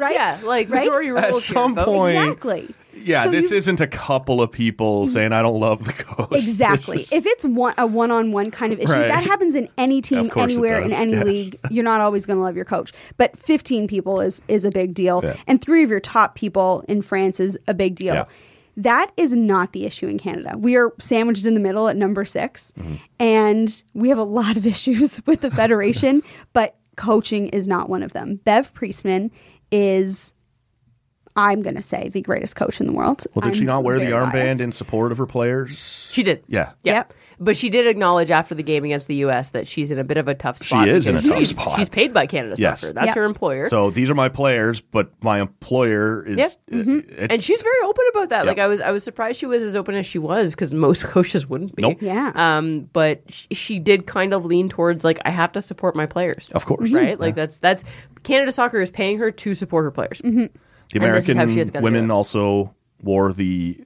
right?
Yeah, like
Right?
majority rules
At
here,
some
folks.
point-
Exactly.
Yeah,
So
this
you- Mm-hmm.
isn't a couple of people saying, I don't love the coach. This
Exactly.
is-
if it's one a one on one kind of issue,
Right.
that happens in any team,
Of course it
anywhere, in
does,
any
yes.
league. You're not always going to love your coach, but 15 people is is a big deal,
Yeah.
and three of your top people in France is a big deal.
Yeah.
That is not the issue in Canada. We are sandwiched in the middle at number 6
Mm-hmm.
and we have a lot of issues with the federation, but coaching is not one of them. Bev Priestman is. I'm going to say the greatest coach in the world.
well, did she
I'm
not wear the
very
armband
biased.
in support of her players?
She did.
Yeah.
Yeah. But she did acknowledge after the game against the U.S. that she's in a bit of a tough spot.
is in a
because
tough
she's,
spot.
She's paid by Canada
Yes.
Soccer. That's
Yep.
her employer.
So these are my players, but my employer is.
Yep.
it's-
and she's very open about that.
Yep.
Like I was, I was surprised she was as open as she was because most coaches wouldn't be.
Nope.
Yeah.
Um, but she, she did kind of lean towards like I have to support my players.
Of course.
Right. Like that's that's Canada Soccer is paying her to support her players.
The
And this is how she has
American
gotta do
women
it.
also wore the.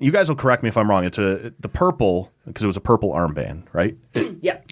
You guys will correct me if I'm wrong. It's a the purple because it was a purple armband, right?
Yep.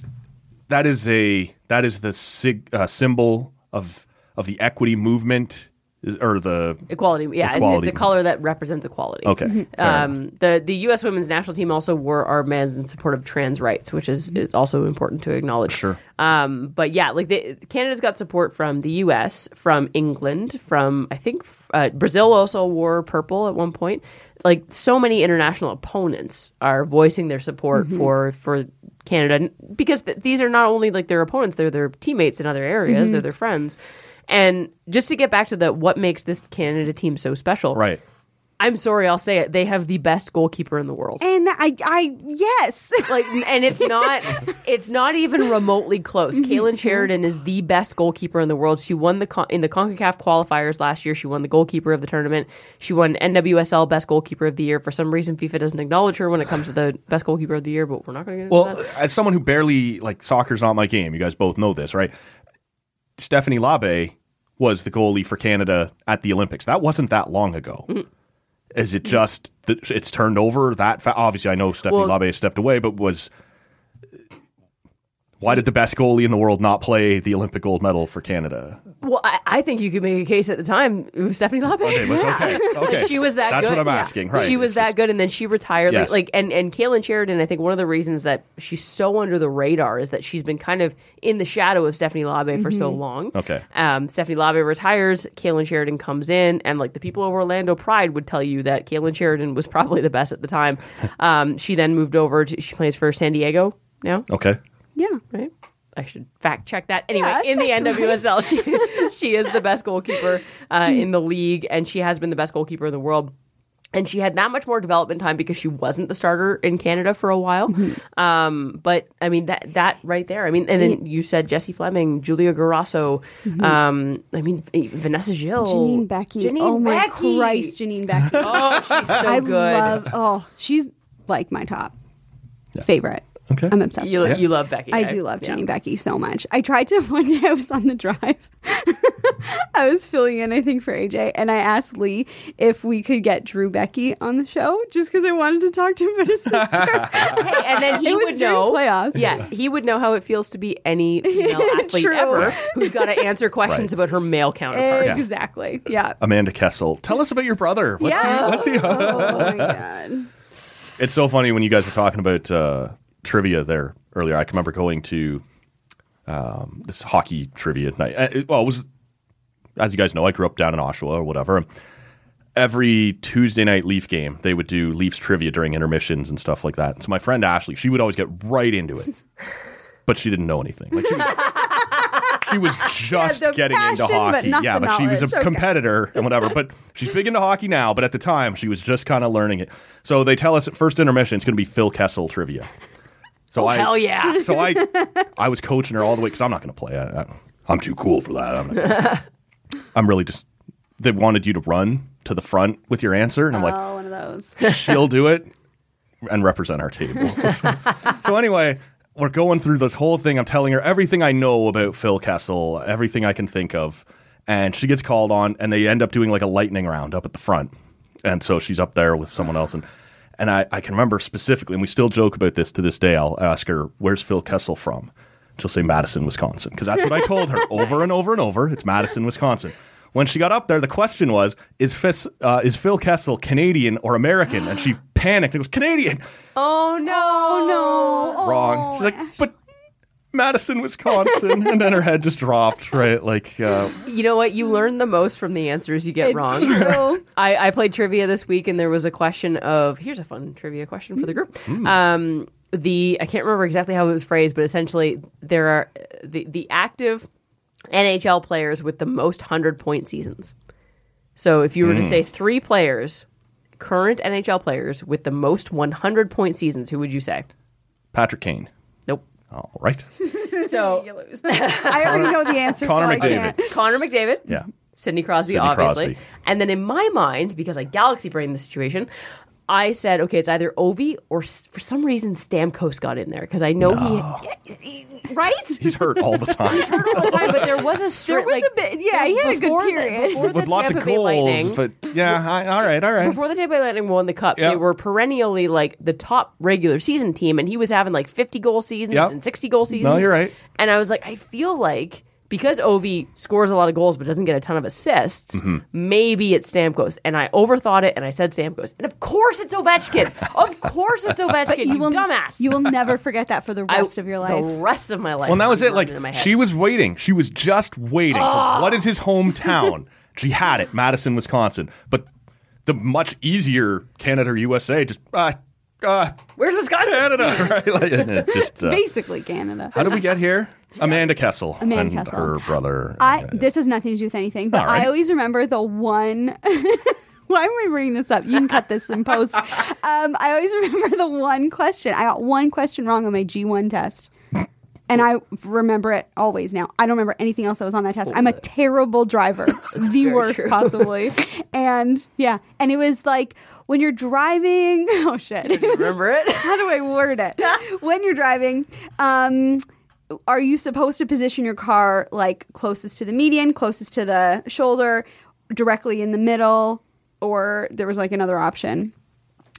that is a that is the sig, uh, symbol of of the equity movement is- or the
Equality. Yeah, It's,
Equality.
it's a color that represents equality.
Okay, Mhm. fair
Um, the the U.S. women's national team also wore our men's in support of trans rights, which is, is also important to acknowledge.
Sure.
Um, but yeah, like the, Canada's got support from the U.S., from England, from I think f- uh, Brazil also wore purple at one point. Like so many international opponents are voicing their support
Mhm.
for for Canada n- because th- these are not only like their opponents, they're their teammates in other areas,
Mhm.
they're their friends. And just to get back to the what makes this Canada team so special,
right?
I'm sorry, I'll say it. They have the best goalkeeper in the world.
And I, I, yes,
like, and it's not, it's not even remotely close. Kaylin Sheridan is the best goalkeeper in the world. She won the con- in the Concacaf qualifiers last year. She won the goalkeeper of the tournament. She won NWSL best goalkeeper of the year. For some reason, FIFA doesn't acknowledge her when it comes to the best goalkeeper of the year. But we're not going to get into
Well, uh,
that.
as someone who barely like soccer's not my game, you guys both know this, right? Stephanie Labe was the goalie for Canada at the Olympics. That wasn't that long ago.
Mhm.
Is it just that it's turned over that fa- obviously I know Stephanie
Well-
Labe stepped away, but was why did the best goalie in the world not play the Olympic gold medal for Canada?
Well, I, I think you could make a case at the time. It was Stephanie Labe.
Okay, it was okay. Okay.
she was that.
That's
good.
what I'm
yeah.
asking, right.
She was
It's
that good, and then she retired.
Yes.
Like, like, and and Kaylin Sheridan. I think one of the reasons that she's so under the radar is that she's been kind of in the shadow of Stephanie Labe for so
Mhm.
long.
Okay.
Um, Stephanie Labe retires. Kaylin Sheridan comes in, and like the people of Orlando Pride would tell you that Kaylin Sheridan was probably the best at the time. um, she then moved over. to She plays for San Diego now.
Okay.
Yeah.
Right. I should fact check that. Anyway,
Yeah,
in the
that's
NWSL, she she is the best goalkeeper uh, in the league, and she has been the best goalkeeper in the world. And she had that much more development time because she wasn't the starter in Canada for a while.
Mm-hmm.
Um, but I mean that that right there. I mean, and then you said Jesse Fleming, Julia Garasso.
Mhm.
Um, I mean Vanessa Gill,
Janine Becky.
Janine
oh my
Becky.
Christ, Janine Becky.
Oh, she's so
I
good.
Love, oh, she's like my top favorite. Okay. I'm obsessed.
You,
with her.
you love Becky.
I
eh?
do love
Yeah.
Janine Becky so much. I tried to one day I was on the drive. I was filling in, I think, for AJ, and I asked Lee if we could get Drew Becky on the show just because I wanted to talk to him about his sister.
Hey, and then he
It was
would
during
know
playoffs.
Yeah, he would know how it feels to be any female athlete
True.
ever who's got to answer questions
Right.
about her male counterparts.
Yeah.
Exactly. Yeah.
Amanda Kessel, tell us about your brother. What's
Yeah.
he, what's he
Oh my god.
It's so funny when you guys were talking about uh, trivia there earlier. I can remember going to um, this hockey trivia night. Uh, it- well, it was as you guys know, I grew up down in Oshawa or whatever. Every Tuesday night Leaf game, they would do Leafs trivia during intermissions and stuff like that. So my friend Ashley, she would always get right into it, but she didn't know anything. Like she was, she was just
the
getting into
passion, but
hockey.
not
yeah,
the
but she was a
knowledge. Okay.
competitor and whatever. But she's big into hockey now. But at the time, she was just kind of learning it. So they tell us at first intermission, it's going to be Phil Kessel trivia. So
Oh,
I,
hell yeah.
So I I was coaching her all the way because I'm not going to play. I, I, I'm too cool for that. I'm not I'm really just. They wanted you to run to the front with your answer, and I'm like,
oh, one of those.
she'll do it and represent our table. so, so anyway, we're going through this whole thing. I'm telling her everything I know about Phil Kessel, everything I can think of, and she gets called on, and they end up doing like a lightning round up at the front, and so she's up there with someone else, and and I, I can remember specifically, and we still joke about this to this day. I'll ask her, "Where's Phil Kessel from?" She'll say Madison, Wisconsin, because that's what I told her over and over and over. It's Madison, Wisconsin. When she got up there, the question was, "Is, Fis, uh, is Phil Kessel Canadian or American?" And she panicked and goes, "Canadian."
Oh no, no.
Oh,
wrong. She's like, but Madison, Wisconsin, and then her head just dropped. Right, like uh,
You know what? You learn the most from the answers you get
It's
wrong.
true.
I, I played trivia this week, and there was a question of here's a fun trivia question for the group. Um, the I can't remember exactly how it was phrased, but essentially there are uh, the the active NHL players with the most hundred point seasons. So if you were to
Mm.
say three players, current NHL players with the most one hundred point seasons, who would you say?
Patrick Kane.
Nope.
All right.
So
you lose. I already know the answer.
Connor
so I
McDavid.
can't.
Connor McDavid.
Yeah.
Sidney Crosby,
Sidney
obviously.
Crosby.
And then in my mind, because I galaxy brained the situation, I said, okay, it's either Ovi or s- for some reason Stamkos got in there because I know he, right?
He's hurt all the time.
hurt all the time, but there was a stretch.
was a bit- yeah, he had a good
before the-
period.
before
With
the
lots of
Tampa Bay Lightning-
goals, but yeah, I, all right, all right.
before the Tampa Bay Lightning won the cup, they were perennially like the top regular season team, and he was having like fifty goal seasons
Yep.
and sixty goal seasons.
No, you're right.
And I was like, I feel like because Ovi scores a lot of goals but doesn't get a ton of assists,
Mhm.
maybe it's Stamkos. And I overthought it, and I said Stamkos, and of course it's Ovechkin. of course it's Ovechkin.
But
you,
you will
dumbass.
You will never forget that for the
I-
rest of your life.
The rest of my life.
Well, and that was it.
running
Like
in my head.
she was waiting. She was just waiting. for
Ah.
what is his hometown? she had it, Madison, Wisconsin. But the much easier Canada or USA just ah ah
Where's Wisconsin?
Canada, right? Like, and it just, uh,
Basically Canada.
how did we get here? Amanda Kessel
Amanda
and
Kessel.
her brother. uh,
I this has nothing to do with anything, but
All right.
I always remember the one. Why am I bringing this up? You can cut this in post. Um, I always remember the one question. I got one question wrong on my G1 test. And I remember it always now. I don't remember anything else that was on that test. I'm a terrible driver, the worst
true.
possibly. And yeah, and it was like when you're driving. Oh shit!
Remember it?
How do I word it? when you're driving, um, are you supposed to position your car like closest to the median, closest to the shoulder, directly in the middle, or there was like another option?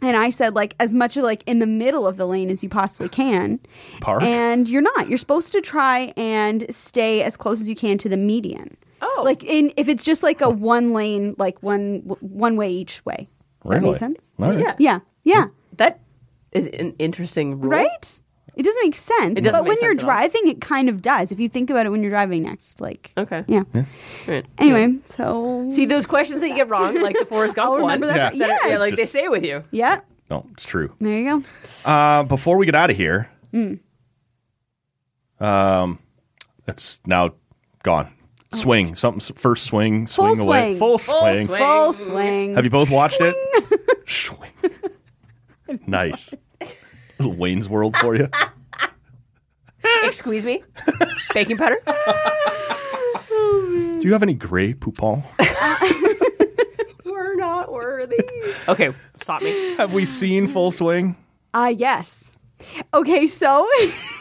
And I said like as much like in the middle of the lane as you possibly can.
Park?
And you're not. You're supposed to try and stay as close as you can to the median. Oh. Like in if it's just like a one lane, like one one way each way. That
Really?
made sense?
All right.
Yeah. Yeah. Yeah.
that is an interesting rule.
Right? It doesn't make sense.
It doesn't
but
make
when you're
sense at all.
driving, it kind of does. If you think about it when you're driving next, like
Okay.
yeah.
Right.
Anyway, so
See those questions that you get wrong, like the Forrest Gump one.
remember that.
Yeah.
Yeah,
Yes.
like they stay with you.
Yep.
No, it's true.
There you
Uh, before we get out of here,
go. Mm.
um, it's now gone. Swing, something. First swing, swing
Oh. Full
away,
swing.
full swing.
Full swing.
Have you both watched it? Swing. nice. Little Wayne's World for you.
Excuse me, baking powder.
Do you have any gray poupon?
We're not worthy. Okay, stop me.
Have we seen Full Swing?
Ah, yes. Okay, so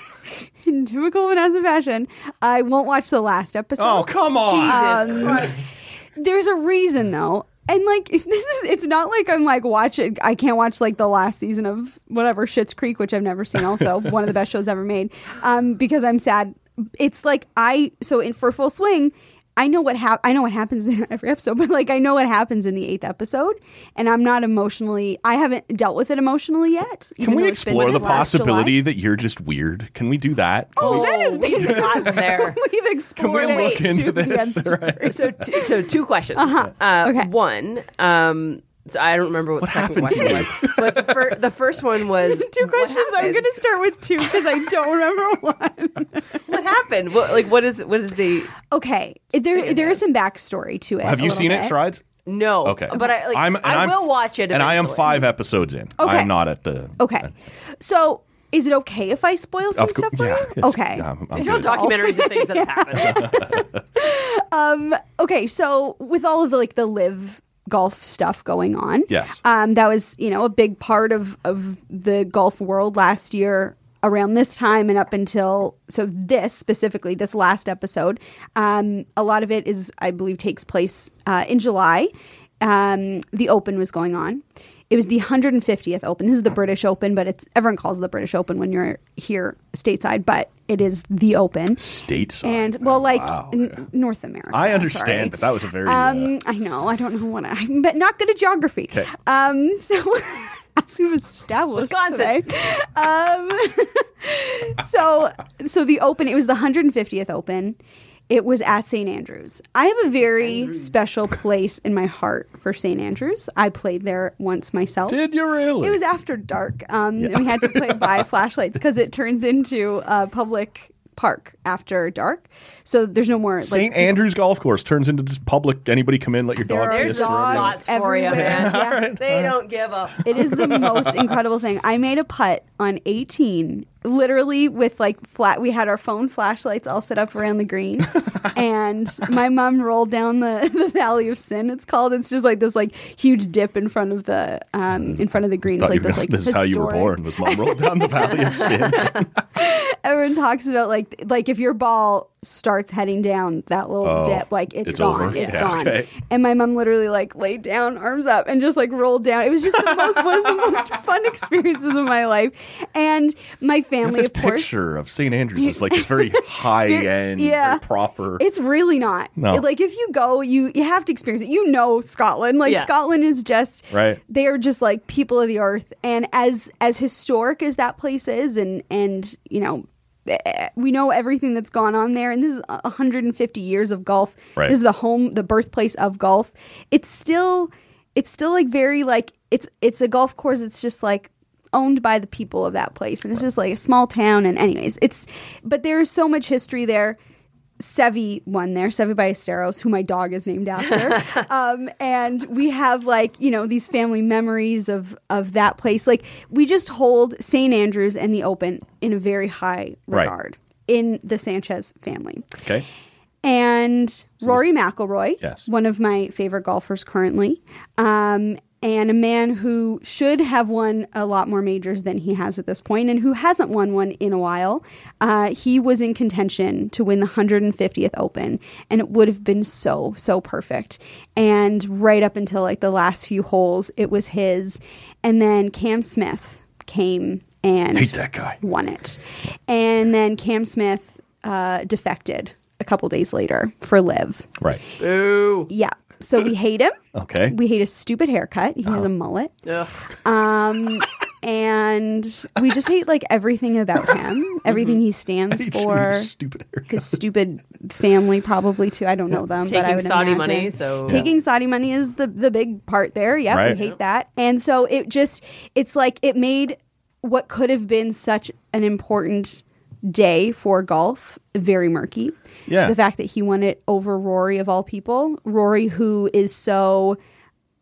in typical Vanessa fashion, I won't watch the last episode.
Oh, come on.
Jesus
Christ. Um, There's a reason though. And like this is it's not like I'm like watching I can't watch like the last season of whatever Shits Creek, which I've never seen also, one of the best shows ever made. Um, because I'm sad. It's like I so in for full swing, I know what hap- I know what happens in every episode, but like I know what happens in the eighth episode, and I'm not emotionally. I haven't dealt with it emotionally yet.
Can
even
we
though it's been
explore the
since last July.
possibility that you're just weird? Can we do that?
Oh, that is
we've gotten there.
We've
Can we
explored it.
look into this? Right.
So, t- so two questions.
Uh-huh.
Uh,
Okay.
One. Um, so I don't remember what, the second
happened to
question was, but the, fir- the first one was
Two questions. I'm
happened?
going to start with two because I don't remember one.
what happened. What, like, what is what is the
Okay, there there is some backstory to it.
Have
a
you
little
seen
bit.
it, Strides?
no?
Okay.
but I like, i
and
will watch it.
And I am
eventually.
five episodes in.
Okay.
I'm not at the.
Okay, so Is it okay if I spoil some
Of cou-
stuff for
yeah,
you?
it's-
Okay.
yeah, I'm- I'm
There's no documentaries of things that have happened.
um, okay, so with all of the like the live golf stuff going on,
Yes.
um, that was you know a big part of of the golf world last year around this time and up until so this specifically this last episode um, a lot of it is i believe takes place uh, in july um, the open was going on it was the 150th open this is the british open but it's everyone calls it the british open when you're here stateside but it is the open
Stateside.
and well like
Oh, Wow.
n- north america
I
sorry.
understand, but that was a very. uh,
Um, I know. I don't know what I, am not good at geography.
'Kay.
Um, so as we've established,
Wisconsin.
today, um, so so the open. It was the 150th open. It was at St. Andrews. I have a very special place in my heart for St. Andrews. I played there once myself.
Did you really?
It was after dark. Um, and we had to play by flashlights because it turns into a public park after dark. So there's no more like,
St.
people-
Andrews Golf Course turns into just public. Anybody come in, let your
There
dog
are
piss through.
dogs everywhere. Yeah.
They don't give up.
It is the most incredible thing. I made a putt on 18, literally with like flat. We had our phone flashlights all set up around the green, and my mom rolled down the, the Valley of Sin. It's called. It's just like this like huge dip in front of the um in front of the green.
Mm. Thought
It's
you
like
were
this
gonna- this
like
is how you were
historic-
born. Was mom rolled down the valley of sin?
Everyone talks about like like if your ball starts heading down that little
Oh,
dip, like it's
it's
gone,
over?
It's
Yeah.
gone.
Okay.
And my mom literally like laid down, arms up, and just like rolled down. It was just the most one of the most fun experiences of my life. And my
Look at
family,
this
of course,
picture of St. Andrews is like this very high end,
yeah.
very proper.
It's really not.
No.
Like if you go, you you have to experience it. You know Scotland. Like
Yeah.
Scotland is just
Right.
They are just like people of the earth. And as as historic as that place is, and and you know. eh, We know everything that's gone on there, and this is 150 years of golf.
Right.
This is the home, the birthplace of golf. It's still, it's still like very like it's it's a golf course. It's just like owned by the people of that place, and it's just like a small town. And anyways, it's but there's so much history there. Sevi won there, Sevi Ballesteros, who my dog is named after. um, and we have like, you know, these family memories of of that place. Like we just hold St. Andrews and the Open in a very high
Right.
regard in the Sanchez family.
Okay.
And Rory McIlroy,
Yes.
one of my favorite golfers currently, um, and a man who should have won a lot more majors than he has at this point, and who hasn't won one in a while. Uh, he was in contention to win the 150th Open, and it would have been so so perfect. And right up until like the last few holes, it was his. And then Cam Smith came and
Hate that guy.
won it. And then Cam Smith uh, defected a couple days later for Live.
Right.
Boo.
Yeah. So we hate him.
Okay. Oh.
We hate his stupid haircut. He has a mullet.
Ugh.
Um, and we just hate like everything about him,
Mm-hmm.
everything he stands for.
Stupid
His stupid family, probably too. I don't know them, but I
Taking
would
Saudi
imagine.
money, so-
taking Saudi money is the the big part there. Yeah,
Right.
we hate that, and so it just it's like it made what could have been such an important day for golf very murky.
Yeah.
the fact that he won it over Rory of all people, Rory who is so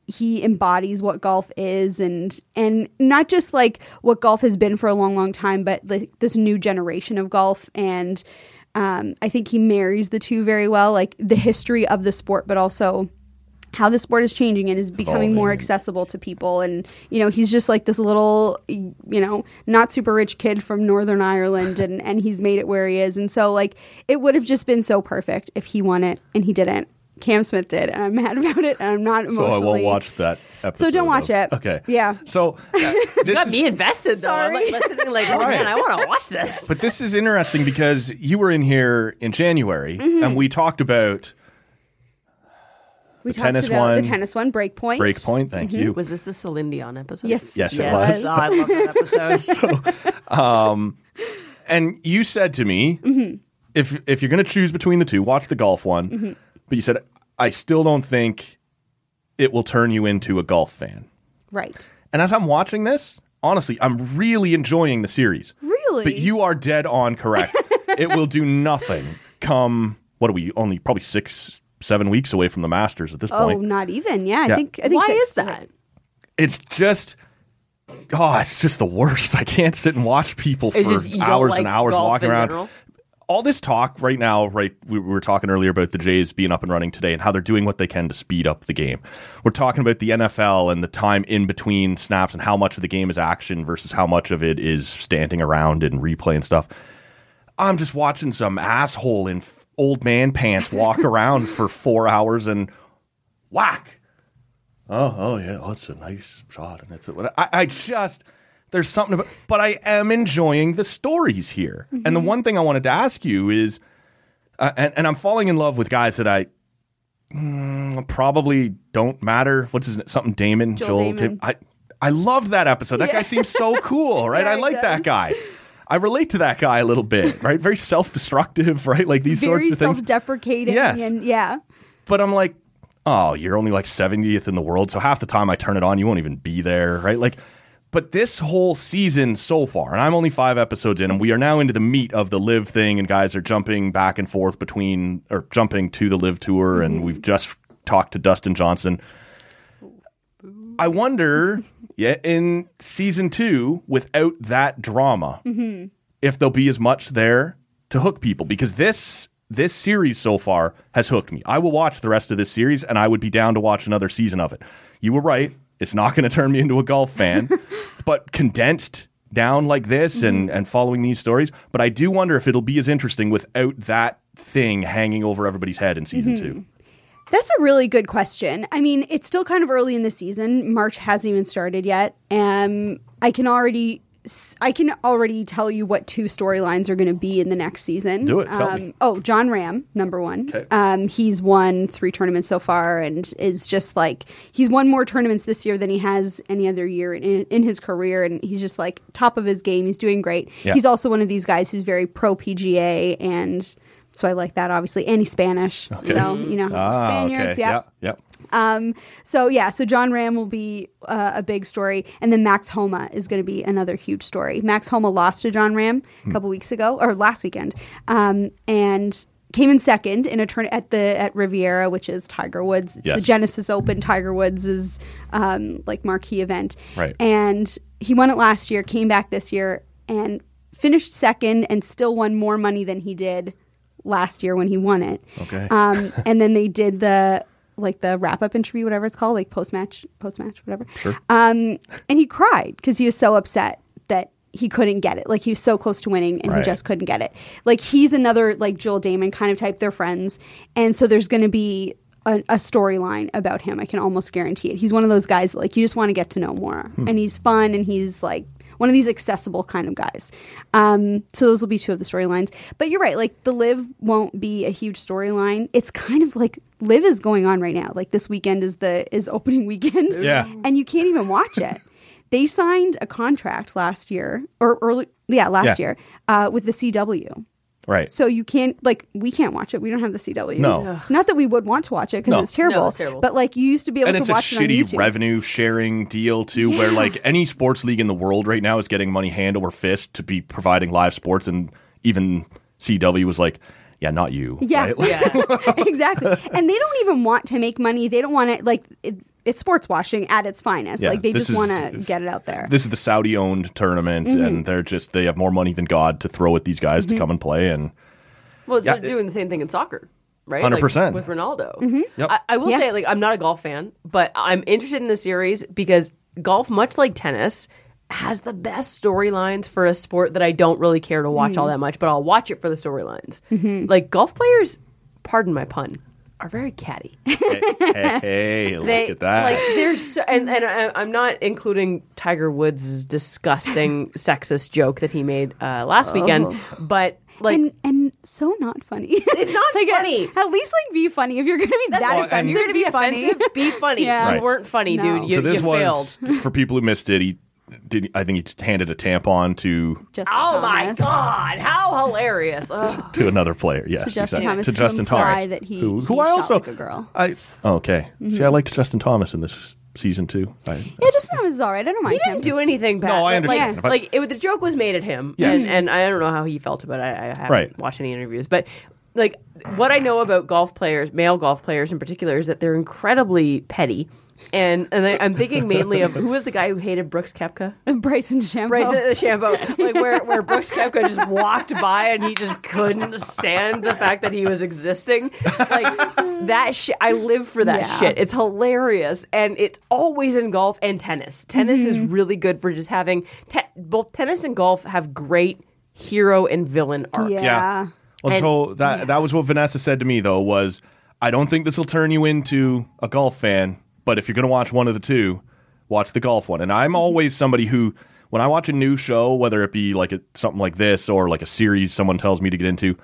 he embodies what golf is and and not just like what golf has been for a long long time but like this new generation of golf and um, i think he marries the two very well like the history of the sport but also how the sport is changing and is becoming more accessible to people and you know he's just like this little you know not super rich kid from northern ireland and and he's made it where he is and so like it would have just been so perfect if he won it and he didn't cam smith did and i'm mad about it and i'm not
So
emotionally
I won't watch that episode.
so don't watch
of-
it
Okay.
yeah
So uh,
You
this
got
is,
me invested though. I'm like listening, like, oh
Right.
man, I want to watch this.
but this is interesting because you were in here in January
Mhm.
and we talked about
we
the
talked
tennis
about
one-
the tennis one break point
break point. Thank you.
Was this the Celine Dion episode?
Yes.
Yes, it was.
Oh, I love that episode.
um, and you said to me,
Mm-hmm.
Mhm.
if if you're going to choose between the two, watch the golf one.
Mhm.
But you said I still don't think it will turn you into a golf fan.
right
And as I'm watching this, honestly, I'm really enjoying the series.
Really?
But you are dead on correct. it will do nothing come what are we only probably 6 7 weeks away from the Masters at this
oh
point.
not even yeah, i
Yeah.
think i think
Why
six-
is that?
It's just oh, it's just the worst. I can't sit and watch people for
It's just you don't
hours
like
and hours
golf
walking
in
around.
general?
All this talk right now, right? We we were talking earlier about the Jays being up and running today and how they're doing what they can to speed up the game. We're talking about the NFL and the time in between snaps and how much of the game is action versus how much of it is standing around and replay and stuff. I'm just watching some asshole in f- old man pants walk around for four hours and whack. Oh, oh yeah, oh, it's a nice shot, and it's a, what I, I just there's something about, but I am enjoying the stories here.
Mm-hmm.
And the one thing I wanted to ask you is, uh, and and I'm falling in love with guys that I mm, probably don't matter. What's his name? Something Damon,
Joel
Joel.
Damon.
Tim- I I loved that episode. That
Yeah.
guy seems so cool, right?
Yeah,
I
he
like that
does.
guy. I relate to that guy a little bit, right? Very self-destructive, right? Like these
Very
sorts of things.
self-deprecating.
Yes.
And yeah.
But I'm like, oh, you're only like 70th in the world. So half the time I turn it on, you won't even be there, right? Like, but this whole season so far, and I'm only five episodes in, and we are now into the meat of the live thing, and guys are jumping back and forth between or jumping to the live tour, and we've just talked to Dustin Johnson. I wonder, yeah, in season two, without that drama,
Mhm.
if there'll be as much there to hook people because this this series so far has hooked me. I will watch the rest of this series and I would be down to watch another season of it. You were right. It's not going to turn me into a golf fan, but condensed down like this and and following these stories, but I do wonder if it'll be as interesting without that thing hanging over everybody's head in season
Mhm.
2.
That's a really good question. I mean, it's still kind of early in the season. March hasn't even started yet. Um, I can already, s- I can already tell you what two storylines are going to be in the next season.
Do it. Tell
um,
me.
Oh, John Ram, number one.
Okay.
Um, he's won three tournaments so far, and is just like he's won more tournaments this year than he has any other year in, in his career, and he's just like top of his game. He's doing great.
Yeah.
He's also one of these guys who's very pro PGA, and so I like that obviously, and he's Spanish, so you know
Ah,
Spaniards,
okay.
yeah.
Yeah. yeah.
Um, so yeah, so John Ram will be uh, a big story, and then Max Homa is going to be another huge story. Max Homa lost to John Ram a
Hmm.
couple weeks ago or last weekend, um, and came in second in a turn at the at Riviera, which is Tiger Woods. It's
Yes.
the Genesis Open. Tiger Woods is um, like marquee event,
Right.
And he won it last year, came back this year, and finished second, and still won more money than he did last year when he won it.
Okay.
Um, and then they did the like the wrap up interview, whatever it's called, like post match, post match, whatever.
Sure.
Um, and he cried because he was so upset that he couldn't get it. Like he was so close to winning and he
Right.
just couldn't get it. Like he's another like Joel Damon kind of type. They're friends, and so there's going to be. A, a storyline about him. I can almost guarantee it. He's one of those guys that, like you just want to get to know more,
Hmm.
and he's fun, and he's like one of these accessible kind of guys. Um, so those will be two of the storylines. But you're right, like the live won't be a huge storyline. It's kind of like live is going on right now. Like this weekend is the is opening weekend.
Yeah.
And you can't even watch it. they signed a contract last year or early yeah, last
Yeah.
year, uh, with the CW.
Right.
So you can't like we can't watch it. We don't have the CW.
No. Ugh.
Not that we would want to watch it because
No.
it's terrible.
No, it's terrible.
But like you used to be able
and
to
it's a
watch it on
shitty
YouTube.
revenue sharing deal too where
Yeah.
like any sports league in the world right now is getting money hand over fist to be providing live sports and even cw was like yeah not you
Yeah,
right? Like,
exactly. And they don't even want to make money. They don't want to like it, it's sports washing at its finest.
Yeah,
like they
this
just want to
is-
get it out there.
this is the saudi owned tournament
Mhm.
and they're just they have more money than god to throw at these guys
Mhm.
to come and play and
Well, it's
Yeah,
like doing the same thing in soccer, right?
100%.
Like, with Ronaldo.
Yep.
I, I will
Yeah.
say, like, I'm not a golf fan, but I'm interested in the series because golf, much like tennis, has the best storylines for a sport that I don't really care to watch
Mhm.
all that much, but I'll watch it for the storylines.
Mhm.
Like golf players, pardon my pun, are very catty.
hey, hey, look
They-
at that
Like there's so, and and I, I'm not including Tiger Woods' disgusting sexist joke that he made uh, last weekend,
Oh.
but like
and and so not funny. It's
not funny.
At least like be funny. If you're gonna be that
Well,
offensive,
and- You're gonna be
be funny.
offensive, be funny.
yeah.
You Right. weren't funny,
No.
dude. You-
so this
you
was for people who missed it he did i think he just handed a tampon to
Justin
oh my
Thomas.
god, how hilarious! Ugh.
to another player yes
To Justin
exactly.
Thomas
to
to
justin
imply
thomas
that he-
who, who
he
i
shot
also
like a girl.
i oh, okay see
Mhm.
i liked justin thomas in this season too I,
Yeah, just Thomas is all right. I don't mind.
He didn't do anything bad.
No, I
but,
understand,
Like,
but-
like, it, the joke was made at him,
Yeah.
and, and I don't know how he felt about it. I, I haven't
Right.
watched any interviews, but like what I know about golf players, male golf players in particular, is that they're incredibly petty and and I, I'm thinking mainly of who was the guy who hated Brooks Kepka?
Bryson Shambo.
Bryson Shambo, like where where Brooks Kepka just walked by and he just couldn't stand the fact that he was existing. Like that shit, I live for that
Yeah.
shit. It's hilarious, and it's always in golf and tennis. Tennis is
Mm-hmm.
really good for just having te- both tennis and golf have great hero and villain arcs.
Well,
And-
so that that was what Vanessa said to me though was, I don't think this will turn you into a golf fan, but if you're going to watch one of the two, watch the golf one. And
Mm-hmm.
I'm always somebody who, when I watch a new show, whether it be like a, something like this or like a series someone tells me to get into,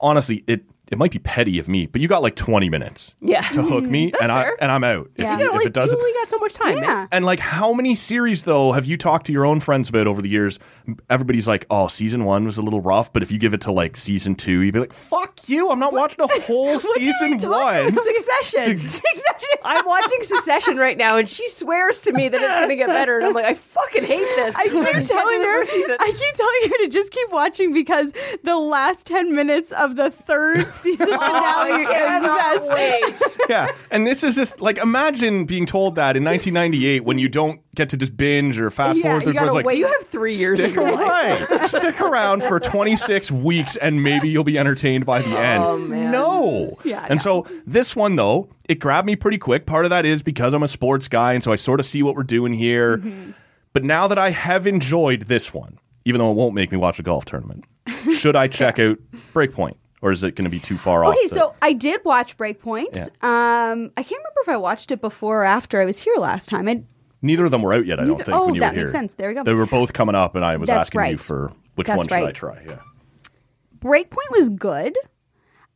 honestly, it it might be petty of me, but you got like 20 minutes
Yeah.
to hook me,
That's
and I
fair.
and I'm out if,
Yeah.
you-
You,
if
only,
it doesn't.
you only got so much time. man.
And like, how many series though have you talked to your own friends about over the years? Everybody's like, "Oh, season one was a little rough," but if you give it to like season two, you'd be like, "Fuck you! I'm not watching a whole season one."
Succession. Succession. I'm watching Succession right now, and she swears to me that it's going to get better, and I'm like, I fucking hate this.
I keep telling
Just get to the
her.
first season.
I keep telling her to just keep watching because the last ten minutes of the third season
Oh, I
finale is
cannot
best.
wait.
yeah, and this is just like imagine being told that in 1998 when you don't get to just binge or fast
Yeah,
forward
you
through.
gotta
it's like,
wait.
You have three years
Stick
of your life.
around. Stick around for 26 weeks, and maybe you'll be entertained by the end.
Oh, man.
No.
Yeah,
And
no.
so this one though, it grabbed me pretty quick. Part of that is because I'm a sports guy, and so I sort of see what we're doing here.
Mm-hmm.
But now that I have enjoyed this one, even though it won't make me watch a golf tournament, should I check out Breakpoint, or is it going to be too far off?
Okay,
the-
so I did watch Breakpoint.
Yeah.
Um, I can't remember if I watched it before or after I was here last time. I
Neither of them were out yet, I don't
Neither-
think.
oh,
when you
that
were here.
makes sense. There we go.
They were both coming up, and I was
That's
asking you
right.
for which
That's
one should I
right.
try. Yeah.
Breakpoint was good.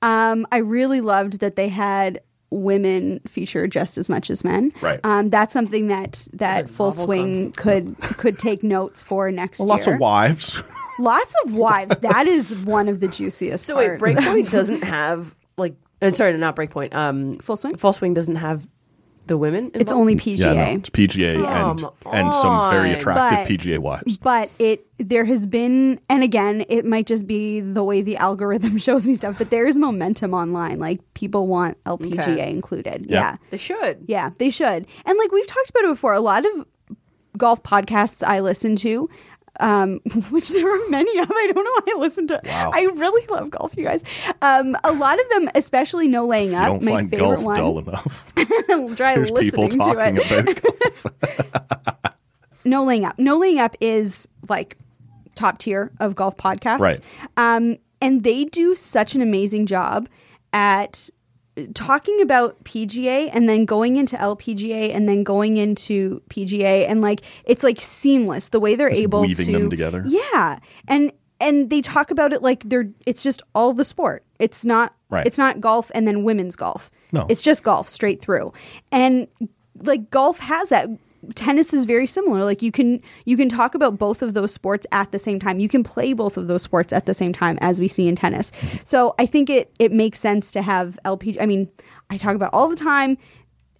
Um, I really loved that they had women featured just as much as men.
Right.
Um, that's something that that Full Swing could could take notes for next
Well, lots
year.
of wives.
Lots of wives. That is one of the juiciest.
So wait,
parts.
Breakpoint doesn't have like. uh, sorry, not Breakpoint. Um, Full
Swing.
Full Swing doesn't have the women. Involved?
It's only PGA.
Yeah, no, it's PGA
Come
and and some very
on.
attractive
But-
PGA wives.
But it there has been, and again, it might just be the way the algorithm shows me stuff. But there is momentum online. Like people want LPGA
Okay.
included.
Yeah.
Yeah.
They should.
Yeah, they should. And like we've talked about it before, a lot of golf podcasts I listen to, um, which there are many of. I don't know why I listen to.
Wow.
I really love golf, you guys. Um, a lot of them, especially No Laying
You
Up,
don't
my
find
favorite
golf
one.
dull enough.
Try
There's people
listening to
talking
it.
about.
No Laying Up. No Laying Up is like top tier of golf podcasts.
Right.
Um, and they do such an amazing job at talking about PGA and then going into LPGA and then going into PGA and like it's like seamless the way they're
Just
able
weaving
to
them together.
Yeah. And and they talk about it like they're it's just all the sport. It's not
Right.
it's not golf and then women's golf.
No.
It's just golf straight through. And like golf has that tennis is very similar like you can you can talk about both of those sports at the same time you can play both of those sports at the same time as we see in tennis so i think it it makes sense to have lpg i mean i talk about all the time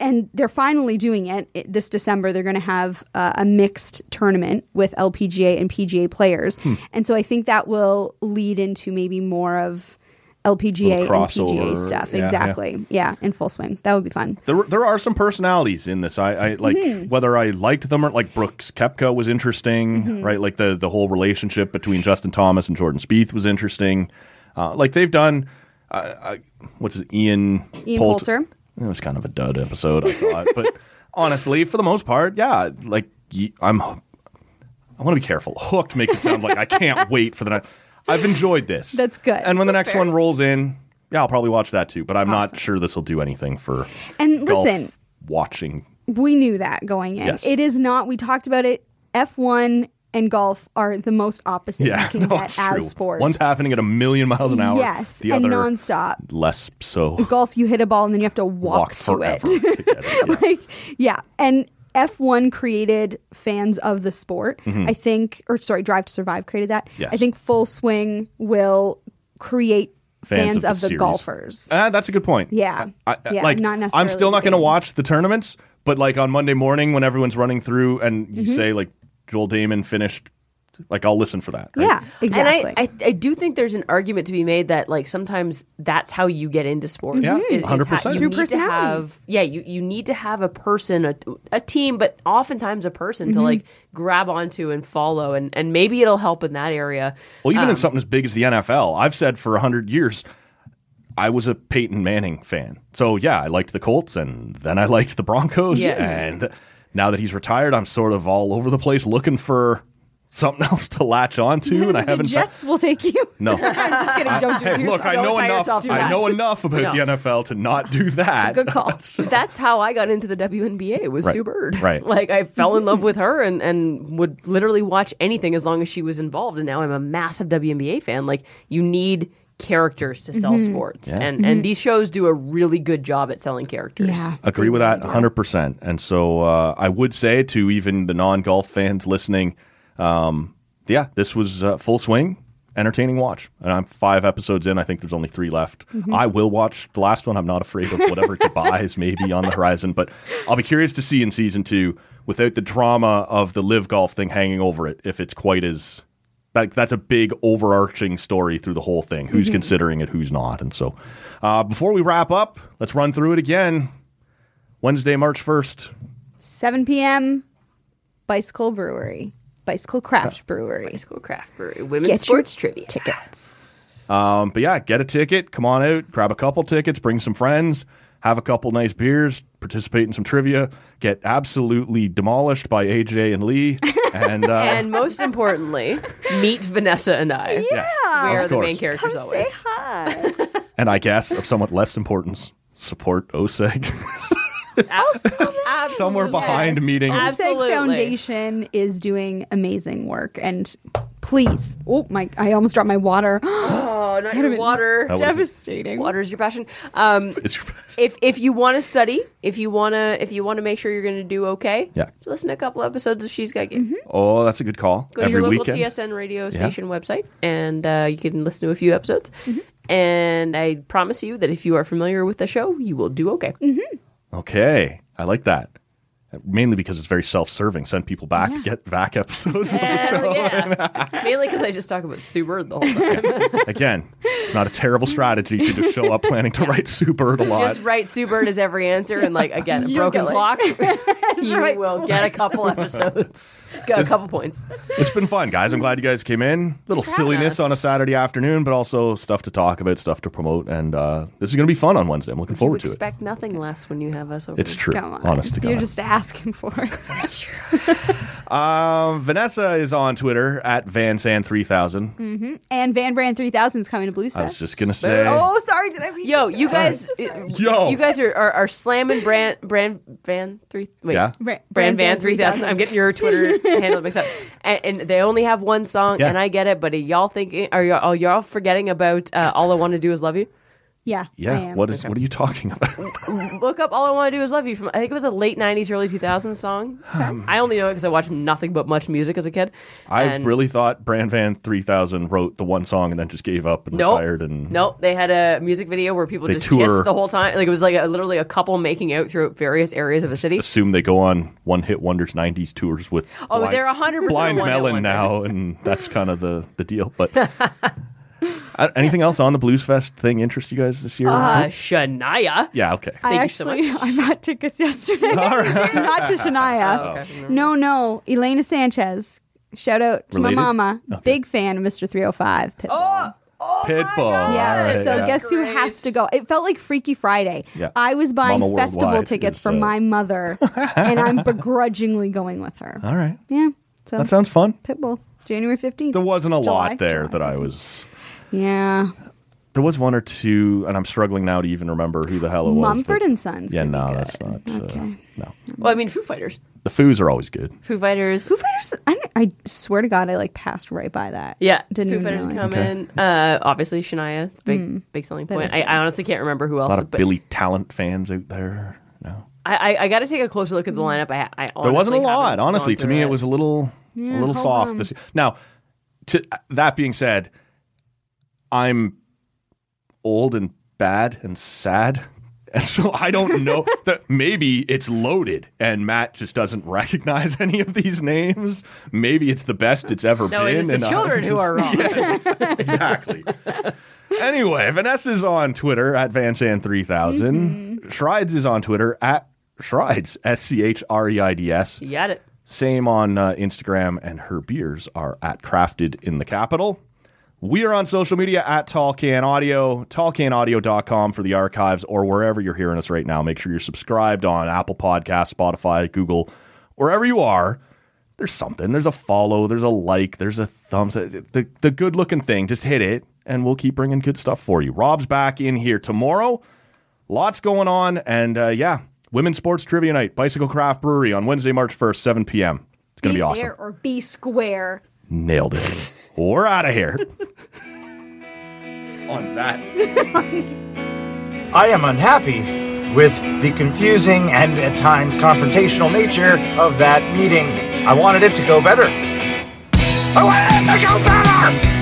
and they're finally doing it, It- this december they're going to have uh, a mixed tournament with lpga and pga players and so i think that will lead into maybe more of lpga and
Little
pga
crossover.
stuff
Yeah, yeah.
exactly yeah. in full swing that would be fun
There, there are some personalities in this. I, I like
Mhm.
whether I liked them or like Brooks Kepka was interesting,
Mhm.
right? Like the the whole relationship between Justin Thomas and Jordan Spieth was interesting. Uh, like they've done, uh, I, what's his Ian
Ian
Poult-
Poulter.
It was kind of a dud episode, I thought. but honestly, for the most part, yeah. Like ye- I'm, I want to be careful. Hooked makes it sound like I can't wait for the night. I've enjoyed this.
That's good.
And when the next
Fair.
one rolls in, yeah, I'll probably watch that too. But I'm not sure this will do anything for
And
golf
listen-
watching.
we knew that going in.
Yes.
It is not. We talked about it. F one and golf are the most opposite
Yeah,
you can
no,
get
it's
as
true.
sports.
One's happening at a million miles an hour.
yes,
the
and
other
nonstop.
less so.
Golf, you hit a ball and then you have to walk,
Walk
to it.
forever to
like yeah, and. F1 created fans of the sport.
Mhm.
I think, or sorry, Drive to Survive created that.
Yes.
I think Full Swing will create fans, of, the,
series.
golfers.
Ah, that's a good point.
Yeah.
I, I-
yeah.
like
not necessarily.
I'm still
the
not going to
game.
watch the tournaments, but like on Monday morning when everyone's running through and you
Mhm.
say like Joel Damon finished Like I'll listen for that. right?
Yeah, exactly.
And I, I, I do think there's an argument to be made that like sometimes that's how you get into sports.
Yeah,
is- is how-
100%.
you
Through
need to
personalities.
have yeah, you, you need to have a person, a, a team, but oftentimes a person to like grab onto and follow, and and maybe it'll help in that area.
Well, even
Um,
in something as big as the NFL, I've said for 100 years, I was a Peyton Manning fan. So, yeah, I liked the Colts and then I liked the Broncos.
Yeah.
And now that he's retired, I'm sort of all over the place looking for something else to latch onto. And I
the
haven't. found-
Jets will take you.
No.
I'm just kidding. Don't do it.
hey, look, I know enough. I know enough about the NFL to not do that.
good call. That's how I got into the WNBA was
Right.
Sue Bird.
Right.
Like I fell in love with her and, and would literally watch anything as long as she was involved. And now I'm a massive WNBA fan. Like you need characters to sell
Mm-hmm.
Mhm.
sports,
Yeah.
and and these shows do a really good job at selling characters. Yeah.
Agree with that 100%. And so uh, I would say to even the non golf fans listening, um, yeah, this was uh, full swing, entertaining watch. And I'm five episodes in. I think there's only three left.
Mhm.
I will watch the last one. I'm not afraid of whatever goodbye is maybe on the horizon, but I'll be curious to see in season two without the drama of the live golf thing hanging over it if it's quite as. Like that's a big overarching story through the whole thing. Who's
Mhm.
considering it? Who's not? And so, uh, before we wrap up, let's run through it again. Wednesday, March 1st.
7 p.m. Bicycle Brewery, Bicycle Craft Brewery, Bicycle
Craft Brewery, Women's
Get
Sports
your
Trivia
tickets.
Um, but yeah, get a ticket, come on out, grab a couple tickets, bring some friends, have a couple nice beers, participate in some trivia, get absolutely demolished by AJ and Lee. And, uh,
and most importantly, meet Vanessa and I.
Yes,
Where
of
the main
course.
characters
Come
always.
say hi.
and I guess of somewhat less importance, support E OSEG. Somewhere behind meeting.
OSEG Foundation is doing amazing work, and please, oh my, I almost dropped my water.
Oh, not your
been
water.
That would've been- Devastating.
Water's your passion. Um, if if you want to study, if you wanna if you wanna make sure you're gonna do okay,
Yeah.
just listen to a couple episodes of She's Got Game.
Oh, that's a good call.
Go to
Every
your local
weekend.
TSN radio
Yeah.
station website, and uh, you can listen to a few episodes. Mm-hmm. And I promise you that if you are familiar with the show, you will do okay.
Okay, I like that. Mainly because it's very self serving. Send people back to get back episodes.
Hell Oh, yeah. Mainly because I just talk about Sue Bird the whole time.
Again, it's not a terrible strategy to just show up planning to write Sue Bird a lot.
Just write Sue Bird as every answer, and like again, a
You'll
broken
get it.
clock. you
right.
will get a couple episodes, got a
This-
couple points.
It's been fun, guys. I'm glad you guys came in. Little silliness on a Saturday afternoon, but also stuff to talk about, stuff to promote, and uh, this is going to be fun on Wednesday. I'm looking forward to it.
expect nothing less when you have us over.
It's true. Come on. Honest to
You're
God.
just asking for it. That's true.
Um, Vanessa is on Twitter at VanSan3000.
hmm And Van Brand 3000 is coming to Blue Star.
I was just gonna say-
Oh, sorry, did I? Mean
Yo, you guys,
Yo.
you guys are, are, are slamming brand brand van three. Wait,
Yeah.
brand,
Brand-
van three thousand. I'm getting your Twitter handle mixed up. And, and they only have one song,
Yeah.
and I get it. But y'all thinking are y'all, are y'all forgetting about uh, all I want to do is love you?
Yeah,
Yeah, what is? What are you talking about?
Look up all I want to do is love you from I think it was a late '90s, early 2000s song.
Hmm.
I only know it because I watched nothing but much music as a kid.
I
And-
really thought Brand Van 3000 wrote the one song and then just gave up and
Nope.
retired. And
Nope, they had a music video where people
They
just
tour-
kissed the whole time. Like it was like a, literally a couple making out throughout various areas of a city.
assume they go on one hit wonders 90s tours with
Oh, they're 100%
blind
one-hit
melon now and that's kind of the, the deal but Uh, anything else on the blues fest thing interest you guys this year
Uh, Shania.
yeah okay
I actually, I bought tickets yesterday. Not to Shania.
Oh, okay.
No, no. Elena Sanchez. Shout out to
Related?
my mama. Big fan of Mr. 305. Pitbull.
pitbull
yeah.
all right,
so
Oh, yeah.
guess who has to go? It felt like Freaky Friday.
Yeah.
I was buying
Mama
festival
Worldwide
tickets
is,
for
uh,
my mother, and I'm begrudgingly going with her.
all
Um,
right
Yeah. So
that sounds fun
Pitbull, January 15th.
there wasn't a
July,
lot there
July.
that i was
Yeah.
there was one or two and i'm struggling now to even remember who the hell it was
Mumford
but-
and Sons
yeah
could be
no that's not uh, no
Well, I mean, Foo Fighters.
the foos are always good
Foo Fighters. Foo
Fighters. I, I swear to God, I like passed right by that.
Yeah,
Didn't
Foo
even
Fighters
realize.
come in. Uh, obviously, Shania, big
Mm.
Hmm. big selling
That
point.
is
I,
good.
I honestly can't remember who
a
else.
lot of
but
billy talent fans out there no
I, I, I got to take a closer look at the lineup. I, I
there wasn't a
honestly haven't
lot,
gone
honestly. To
through
me, it was a little,
Yeah,
a little
hold
soft.
on.
This now. To that being said, I'm old and bad and sad And so I don't know that maybe it's loaded and Matt just doesn't recognize any of these names. Maybe it's the best it's ever
No,
been.
it is the
and I'm
children who
just-
are wrong.
exactly. anyway, Vanessa's on Twitter at VanSan3000.
Mm-hmm.
Shrides is on Twitter at Shrides, S C H R E I D S.
You got it.
Same on uh, Instagram, and her beers are at Crafted in the Capital. We are on social media at Tall Can Audio, tallcanaudio.com for the archives or wherever you're hearing us right now. Make sure you're subscribed on Apple Podcasts, Spotify, Google, wherever you are. There's something. There's a follow, there's a like, there's a thumbs. The, the good looking thing, just hit it, and we'll keep bringing good stuff for you. Rob's back in here tomorrow. Lots going on, and uh, yeah, women's sports trivia night, Bicycle Craft Brewery on Wednesday, March 1st, 7 p.m. It's going to be awesome.
There or be square.
Nailed it. We're out of here. On that.
I am unhappy with the confusing and at times confrontational nature of that meeting. I wanted it Oh, to go better. I wanted it to go better!